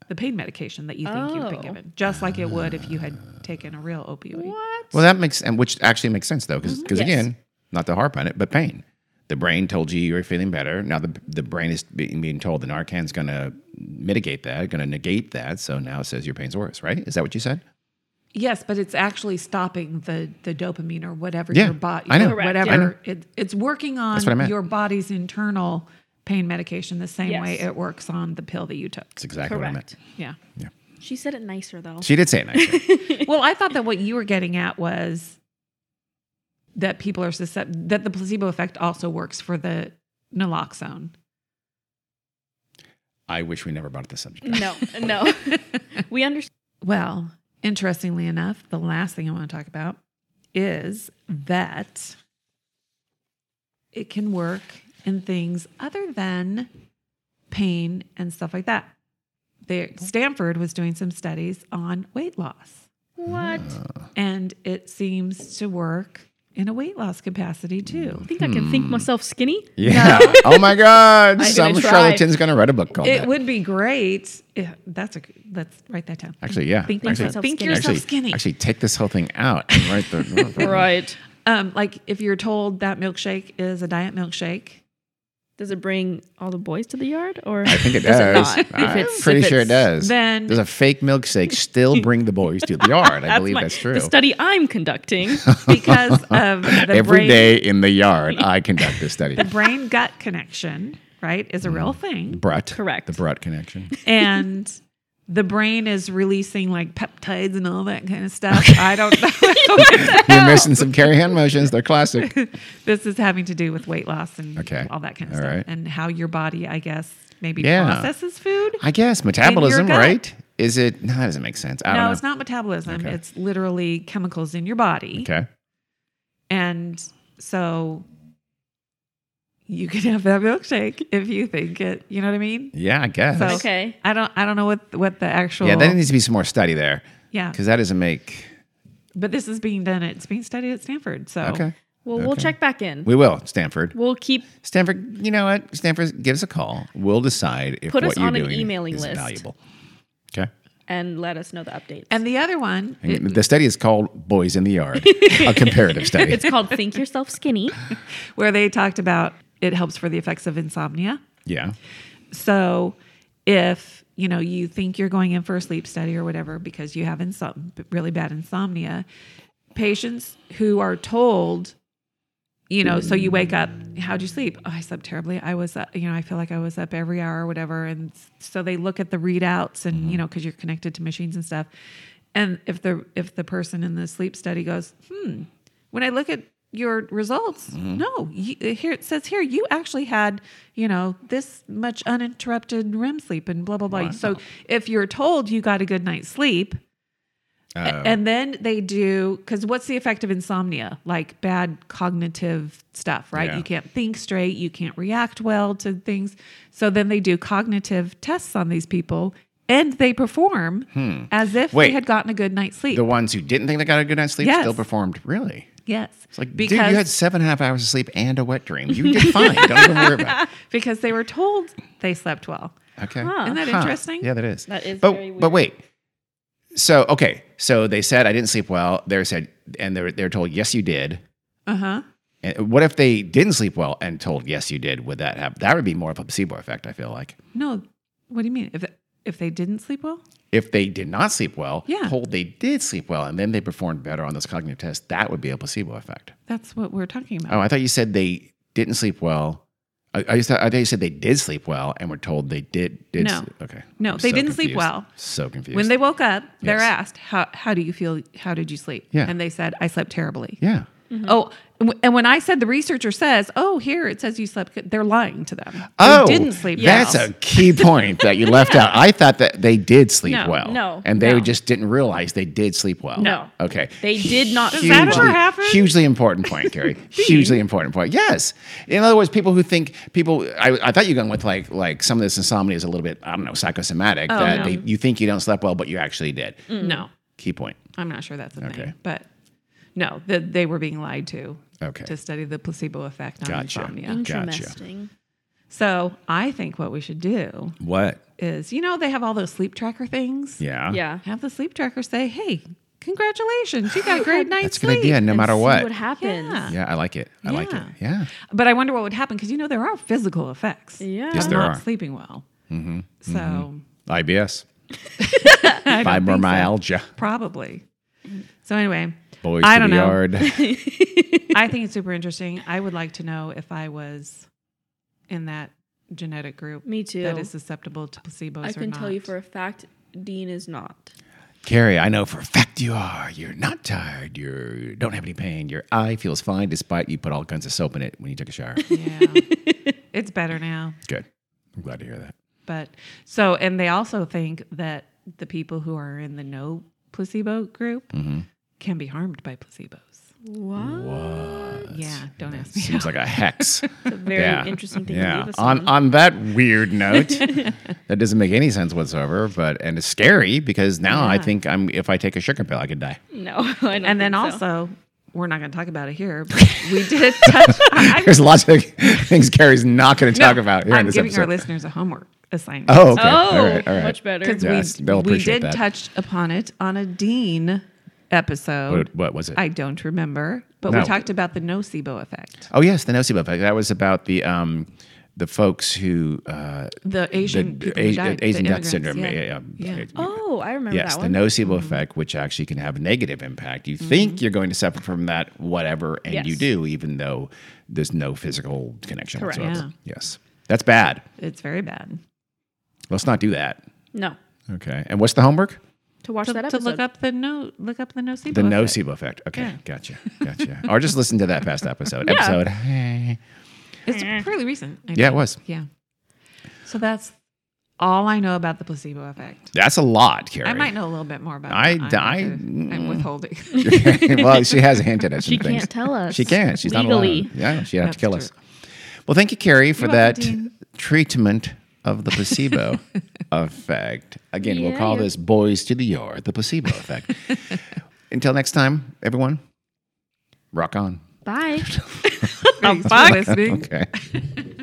[SPEAKER 2] the pain medication that you think you've been
[SPEAKER 3] Oh.
[SPEAKER 2] given, just like it would if you had taken a real opioid.
[SPEAKER 3] what?
[SPEAKER 1] Well, that makes and which actually makes sense though, because
[SPEAKER 3] Mm-hmm. Yes.
[SPEAKER 1] again, not to harp on it, but pain. The brain told you you were feeling better. Now the the brain is being, being told the Narcan's going to mitigate that, going to negate that. So now it says your pain's worse, right? Is that what you said?
[SPEAKER 2] Yes, but it's actually stopping the the dopamine or whatever
[SPEAKER 1] Yeah,
[SPEAKER 2] your body,
[SPEAKER 1] I know.
[SPEAKER 2] or
[SPEAKER 1] Correct,
[SPEAKER 2] whatever
[SPEAKER 1] yeah. I know.
[SPEAKER 2] it, it's working
[SPEAKER 1] That's what I
[SPEAKER 2] on
[SPEAKER 1] meant.
[SPEAKER 2] your body's internal pain medication the same
[SPEAKER 3] Yes.
[SPEAKER 2] way it works on the pill that you took.
[SPEAKER 1] That's exactly what I meant.
[SPEAKER 3] Correct.
[SPEAKER 2] Yeah.
[SPEAKER 3] She said it nicer though.
[SPEAKER 1] She did say it nicely.
[SPEAKER 2] well, I thought that what you were getting at was that people are susceptible, that the placebo effect also works for the naloxone.
[SPEAKER 1] I wish we never brought up the subject.
[SPEAKER 3] [LAUGHS] No,
[SPEAKER 1] [LAUGHS]
[SPEAKER 3] no. we understand.
[SPEAKER 2] Well, interestingly enough, the last thing I want to talk about is that it can work in things other than pain and stuff like that. There, Stanford was doing some studies on weight loss,
[SPEAKER 3] What?
[SPEAKER 2] and it seems to work in a weight loss capacity too.
[SPEAKER 3] I think I can
[SPEAKER 1] Hmm.
[SPEAKER 3] think myself skinny.
[SPEAKER 1] Yeah. oh my God.
[SPEAKER 3] gonna
[SPEAKER 1] Some
[SPEAKER 3] try.
[SPEAKER 1] charlatan's going to write a book called
[SPEAKER 2] It
[SPEAKER 1] that.
[SPEAKER 2] would be great. Yeah, that's a. Let's write that down.
[SPEAKER 1] Actually, yeah.
[SPEAKER 2] Think,
[SPEAKER 1] Actually-
[SPEAKER 2] yourself, think
[SPEAKER 3] Actually-
[SPEAKER 2] yourself
[SPEAKER 1] actually,
[SPEAKER 2] skinny.
[SPEAKER 1] actually, take this whole thing out and write
[SPEAKER 3] [LAUGHS]
[SPEAKER 1] the.
[SPEAKER 3] Right.
[SPEAKER 2] Um, like if you're told that milkshake is a diet milkshake,
[SPEAKER 3] Does it bring all the boys to the yard or
[SPEAKER 1] I think it
[SPEAKER 3] does? it
[SPEAKER 1] does.
[SPEAKER 3] not? If
[SPEAKER 1] I'm
[SPEAKER 3] it's-
[SPEAKER 1] pretty
[SPEAKER 3] if
[SPEAKER 1] sure it
[SPEAKER 3] it's-
[SPEAKER 1] does.
[SPEAKER 2] then-
[SPEAKER 1] does a fake milkshake still
[SPEAKER 3] [LAUGHS]
[SPEAKER 1] bring the boys to the yard? I believe
[SPEAKER 3] my-
[SPEAKER 1] that's true.
[SPEAKER 3] The study I'm
[SPEAKER 1] [LAUGHS]
[SPEAKER 3] conducting.
[SPEAKER 2] because of the
[SPEAKER 1] Every
[SPEAKER 2] brain,
[SPEAKER 1] day in the
[SPEAKER 3] [LAUGHS]
[SPEAKER 1] yard, I conduct this study.
[SPEAKER 2] brain gut connection, right, is a
[SPEAKER 1] Mm.
[SPEAKER 2] real thing.
[SPEAKER 1] Brut.
[SPEAKER 3] Correct.
[SPEAKER 1] The Brut
[SPEAKER 3] [LAUGHS]
[SPEAKER 1] connection.
[SPEAKER 2] And the brain is releasing like peptides and all that kind of stuff. I don't
[SPEAKER 1] [LAUGHS]
[SPEAKER 2] [LAUGHS] know.
[SPEAKER 1] You're missing some carry hand motions. They're
[SPEAKER 3] [LAUGHS]
[SPEAKER 1] classic.
[SPEAKER 2] this is having to do with weight loss and
[SPEAKER 1] Okay.
[SPEAKER 2] all that kind of
[SPEAKER 1] All
[SPEAKER 2] stuff.
[SPEAKER 1] right.
[SPEAKER 2] And how your body, I guess, maybe
[SPEAKER 1] Yeah.
[SPEAKER 2] processes food.
[SPEAKER 1] I guess metabolism,
[SPEAKER 2] gut.
[SPEAKER 1] right? Is it? No, that doesn't make sense. I
[SPEAKER 2] no,
[SPEAKER 1] don't know.
[SPEAKER 2] it's not metabolism.
[SPEAKER 1] Okay.
[SPEAKER 2] It's literally chemicals in your body.
[SPEAKER 1] Okay.
[SPEAKER 2] And so you can have that milkshake if you think it, you know what I mean?
[SPEAKER 1] Yeah, I guess.
[SPEAKER 2] So
[SPEAKER 3] Okay.
[SPEAKER 2] I don't I don't know what what the actual
[SPEAKER 1] Yeah, there needs to be some more study there
[SPEAKER 2] Yeah.
[SPEAKER 1] because that doesn't make.
[SPEAKER 2] But this is being done it's being studied at Stanford. So
[SPEAKER 3] Oh.
[SPEAKER 1] Okay.
[SPEAKER 3] Well, we'll
[SPEAKER 1] Okay.
[SPEAKER 3] check back in.
[SPEAKER 1] We will, Stanford.
[SPEAKER 3] We'll keep
[SPEAKER 1] Stanford, you know what? Stanford, give us a call. We'll decide if
[SPEAKER 3] Put
[SPEAKER 1] what
[SPEAKER 3] us
[SPEAKER 1] you're
[SPEAKER 3] on an
[SPEAKER 1] doing
[SPEAKER 3] emailing
[SPEAKER 1] is
[SPEAKER 3] list.
[SPEAKER 1] valuable. Okay.
[SPEAKER 3] and let us know the updates.
[SPEAKER 2] and the other one
[SPEAKER 1] And the study is called Boys in the Yard, a comparative study.
[SPEAKER 3] [LAUGHS] it's called Think Yourself Skinny.
[SPEAKER 2] where they talked about it helps for the effects of insomnia.
[SPEAKER 1] Yeah.
[SPEAKER 2] So if you know you think you're going in for a sleep study or whatever because you have insom- really bad insomnia, patients who are told, you know, so you wake up, how'd you sleep? Oh, I slept terribly. I was, uh, you know, I feel like I was up every hour or whatever. And s- so they look at the readouts and you know because you're connected to machines and stuff. And if the if the person in the sleep study goes, hmm, when I look at your results,
[SPEAKER 1] Mm-hmm.
[SPEAKER 2] no, you, uh, here it says here you actually had, you know, this much uninterrupted REM sleep and blah blah blah. So if you're told you got a good night's sleep,
[SPEAKER 1] Uh,
[SPEAKER 2] and then they do because what's the effect of insomnia? Like bad cognitive stuff, right?
[SPEAKER 1] Yeah.
[SPEAKER 2] You can't think straight, you can't react well to things. So then they do cognitive tests on these people, and they perform as if
[SPEAKER 1] Hmm. Wait.
[SPEAKER 2] they had gotten a good night's sleep.
[SPEAKER 1] the ones who didn't think they got a good night's sleep
[SPEAKER 2] Yes.
[SPEAKER 1] still performed really.
[SPEAKER 2] yes,
[SPEAKER 1] It's like, dude, you had seven and a half hours of sleep and a wet dream. You did fine. Don't even worry about
[SPEAKER 2] because they were told they slept well.
[SPEAKER 1] it. Okay.
[SPEAKER 2] Isn't that
[SPEAKER 1] Huh.
[SPEAKER 2] interesting?
[SPEAKER 1] Yeah, that is.
[SPEAKER 3] That is
[SPEAKER 1] But
[SPEAKER 3] very
[SPEAKER 1] but
[SPEAKER 3] weird.
[SPEAKER 1] wait. So okay. So they said I didn't sleep well. They said, and they're they're told yes you did.
[SPEAKER 2] Uh huh.
[SPEAKER 1] And what if they didn't sleep well and told yes you did? Would that have that would be more of a placebo effect? I feel like
[SPEAKER 2] No, what do you mean? If if they didn't sleep well,
[SPEAKER 1] if they did not sleep well,
[SPEAKER 2] Yeah.
[SPEAKER 1] told they did sleep well, and then they performed better on this cognitive test, that would be a placebo effect.
[SPEAKER 2] that's what we're talking about.
[SPEAKER 1] Oh, I thought you said they didn't sleep well. I, I, just thought, I thought you said they did sleep well and were told they did. did
[SPEAKER 2] No.
[SPEAKER 1] sleep- Okay.
[SPEAKER 2] No, they didn't sleep
[SPEAKER 1] confused.
[SPEAKER 2] well.
[SPEAKER 1] So confused.
[SPEAKER 2] when they woke up, they're
[SPEAKER 1] Yes.
[SPEAKER 2] asked, "How how do you feel? How did you sleep?"
[SPEAKER 1] Yeah.
[SPEAKER 2] and they said, "I slept terribly."
[SPEAKER 1] yeah.
[SPEAKER 2] Oh, and w- and when I said the researcher says, "Oh, here it says you slept good," they're lying to them.
[SPEAKER 1] Oh,
[SPEAKER 2] they didn't sleep.
[SPEAKER 1] That's
[SPEAKER 2] well.
[SPEAKER 1] a key point that you left out. I thought that they did sleep
[SPEAKER 2] No,
[SPEAKER 1] well.
[SPEAKER 3] no,
[SPEAKER 1] and they
[SPEAKER 2] no.
[SPEAKER 1] just didn't realize they did sleep well.
[SPEAKER 3] No.
[SPEAKER 1] okay.
[SPEAKER 3] They did not
[SPEAKER 2] Does that ever happen?
[SPEAKER 1] Hugely important point,
[SPEAKER 2] [LAUGHS]
[SPEAKER 1] Carrie. hugely important point. Yes. In other words, people who think people, I, I thought you were going with like like some of this insomnia is a little bit I don't know psychosomatic that
[SPEAKER 2] no. Mm.
[SPEAKER 1] they, you think you don't sleep well, but you actually did.
[SPEAKER 2] no.
[SPEAKER 1] Key point.
[SPEAKER 2] I'm not sure that's a
[SPEAKER 1] Okay.
[SPEAKER 2] thing, but no, that they were being lied to
[SPEAKER 1] Okay.
[SPEAKER 2] to study the placebo effect
[SPEAKER 1] [LAUGHS]
[SPEAKER 2] on
[SPEAKER 1] Gotcha.
[SPEAKER 3] Mm-hmm.
[SPEAKER 2] insomnia.
[SPEAKER 3] Interesting.
[SPEAKER 2] So I think what we should do
[SPEAKER 1] What?
[SPEAKER 2] is, you know, they have all those sleep tracker things.
[SPEAKER 1] Yeah.
[SPEAKER 3] Yeah.
[SPEAKER 2] Have the sleep tracker say, "Hey, congratulations, you got
[SPEAKER 1] [LAUGHS]
[SPEAKER 2] a great
[SPEAKER 1] That's
[SPEAKER 2] night's
[SPEAKER 1] a
[SPEAKER 2] sleep."
[SPEAKER 1] good idea, no matter
[SPEAKER 3] See
[SPEAKER 1] what.
[SPEAKER 3] what happens.
[SPEAKER 2] Yeah.
[SPEAKER 1] yeah, I like it. I like it. Yeah.
[SPEAKER 2] But I wonder what would happen because you know there are physical effects.
[SPEAKER 3] Yeah.
[SPEAKER 1] Yes,
[SPEAKER 2] I'm
[SPEAKER 1] there
[SPEAKER 2] not
[SPEAKER 1] are. Mm-hmm.
[SPEAKER 2] sleeping well. So
[SPEAKER 1] IBS.
[SPEAKER 2] [LAUGHS] I don't think so.
[SPEAKER 1] Fibromyalgia.
[SPEAKER 2] probably.
[SPEAKER 3] Mm-hmm.
[SPEAKER 2] So anyway,
[SPEAKER 1] Boys
[SPEAKER 2] I
[SPEAKER 1] to
[SPEAKER 2] don't
[SPEAKER 1] the
[SPEAKER 2] know.
[SPEAKER 1] yard.
[SPEAKER 3] [LAUGHS]
[SPEAKER 2] I think it's super interesting. I would like to know if I was in that genetic group
[SPEAKER 3] Me too.
[SPEAKER 2] that is susceptible to placebos.
[SPEAKER 3] I
[SPEAKER 2] or
[SPEAKER 3] can tell you
[SPEAKER 2] not.
[SPEAKER 3] for a fact Dean is not.
[SPEAKER 1] Carrie, I know for a fact you are. You're not tired. You're, you don't have any pain. Your eye feels fine despite you put all kinds of soap in it when you took a
[SPEAKER 3] [LAUGHS]
[SPEAKER 1] shower.
[SPEAKER 2] yeah, it's better now.
[SPEAKER 1] good. I'm glad to hear that.
[SPEAKER 2] But so, and they also think that
[SPEAKER 1] Mm-hmm.
[SPEAKER 2] the people who are in the no placebo group can be harmed by placebos. Yeah, don't ask me.
[SPEAKER 1] Seems like a hex.
[SPEAKER 3] [LAUGHS] It's a very
[SPEAKER 1] Yeah.
[SPEAKER 3] interesting thing to
[SPEAKER 1] yeah.
[SPEAKER 3] leave us
[SPEAKER 1] on
[SPEAKER 3] on.
[SPEAKER 1] on that weird
[SPEAKER 3] [LAUGHS]
[SPEAKER 1] note, that doesn't make any sense whatsoever. But and it's scary because now I
[SPEAKER 2] Yeah.
[SPEAKER 1] think I'm if I take a sugar pill, I could die. [LAUGHS]
[SPEAKER 3] No, [LAUGHS] I
[SPEAKER 2] [LAUGHS]
[SPEAKER 3] don't
[SPEAKER 2] and then
[SPEAKER 3] think so.
[SPEAKER 2] also, we're not going to talk about it here.
[SPEAKER 1] [LAUGHS]
[SPEAKER 2] But we did touch. [LAUGHS] I'm,
[SPEAKER 1] There's lots of things Gary's not going to talk about here in
[SPEAKER 2] I'm
[SPEAKER 1] this
[SPEAKER 2] giving our
[SPEAKER 1] episode.
[SPEAKER 2] listeners a homework assignment.
[SPEAKER 1] oh, okay.
[SPEAKER 3] Oh,
[SPEAKER 1] all right, all right.
[SPEAKER 3] much better.
[SPEAKER 2] because
[SPEAKER 1] Yes,
[SPEAKER 2] we
[SPEAKER 1] they'll
[SPEAKER 2] we
[SPEAKER 1] appreciate
[SPEAKER 2] did
[SPEAKER 1] that.
[SPEAKER 2] touch upon it on a Dean episode.
[SPEAKER 1] What, what was it?
[SPEAKER 2] I don't remember, but
[SPEAKER 1] No.
[SPEAKER 2] we talked about the nocebo effect.
[SPEAKER 1] oh yes, the nocebo effect. That was about the um the folks who uh,
[SPEAKER 2] The
[SPEAKER 1] the
[SPEAKER 2] Asian people who
[SPEAKER 1] Asian,
[SPEAKER 2] died, the
[SPEAKER 1] Asian death
[SPEAKER 2] immigrants,
[SPEAKER 1] syndrome.
[SPEAKER 2] yeah.
[SPEAKER 1] Yeah, yeah.
[SPEAKER 2] Yeah.
[SPEAKER 3] Oh, I remember
[SPEAKER 1] Yes,
[SPEAKER 3] that
[SPEAKER 1] the
[SPEAKER 3] one.
[SPEAKER 1] nocebo effect, which actually can have a negative impact. You think you're going to suffer from that, whatever, and you
[SPEAKER 3] Yes.
[SPEAKER 1] do, even though there's no physical connection
[SPEAKER 3] Correct.
[SPEAKER 1] whatsoever. Yes, that's bad.
[SPEAKER 2] It's very bad.
[SPEAKER 1] Let's not do that.
[SPEAKER 3] no,
[SPEAKER 1] Okay. And what's the homework?
[SPEAKER 3] to watch
[SPEAKER 2] To,
[SPEAKER 3] that
[SPEAKER 2] to
[SPEAKER 3] episode.
[SPEAKER 2] look up the no, look up the nocebo.
[SPEAKER 1] The
[SPEAKER 2] effect.
[SPEAKER 1] nocebo effect. Okay, gotcha, gotcha. or just listen to that past episode. Episode. hey.
[SPEAKER 2] It's fairly recent. I
[SPEAKER 1] Yeah, it
[SPEAKER 2] think.
[SPEAKER 1] was.
[SPEAKER 2] Yeah. So that's all I know about the placebo effect.
[SPEAKER 1] That's a lot, Carrie.
[SPEAKER 2] I might [LAUGHS] know a little bit more about.
[SPEAKER 1] I-
[SPEAKER 2] it. I'm
[SPEAKER 1] I-
[SPEAKER 2] not gonna- I'm withholding.
[SPEAKER 1] [LAUGHS]
[SPEAKER 2] [LAUGHS]
[SPEAKER 1] well, she has hinted at some
[SPEAKER 3] [LAUGHS] She
[SPEAKER 1] things.
[SPEAKER 3] can't tell us.
[SPEAKER 1] She can't. She's
[SPEAKER 3] legally.
[SPEAKER 1] not allowed. Yeah, she'd have
[SPEAKER 2] That's
[SPEAKER 1] to kill
[SPEAKER 2] true.
[SPEAKER 1] us. Well, thank you, Carrie, for
[SPEAKER 2] You're
[SPEAKER 1] that
[SPEAKER 2] welcome, Dean.
[SPEAKER 1] treatment of the placebo effect. Again, we'll
[SPEAKER 3] Yeah,
[SPEAKER 1] call
[SPEAKER 3] you're-
[SPEAKER 1] this Boys to the Yard, the placebo effect. Until next time, everyone, rock on.
[SPEAKER 3] Bye. [LAUGHS]
[SPEAKER 2] Thanks for listening.
[SPEAKER 1] [LAUGHS] Okay.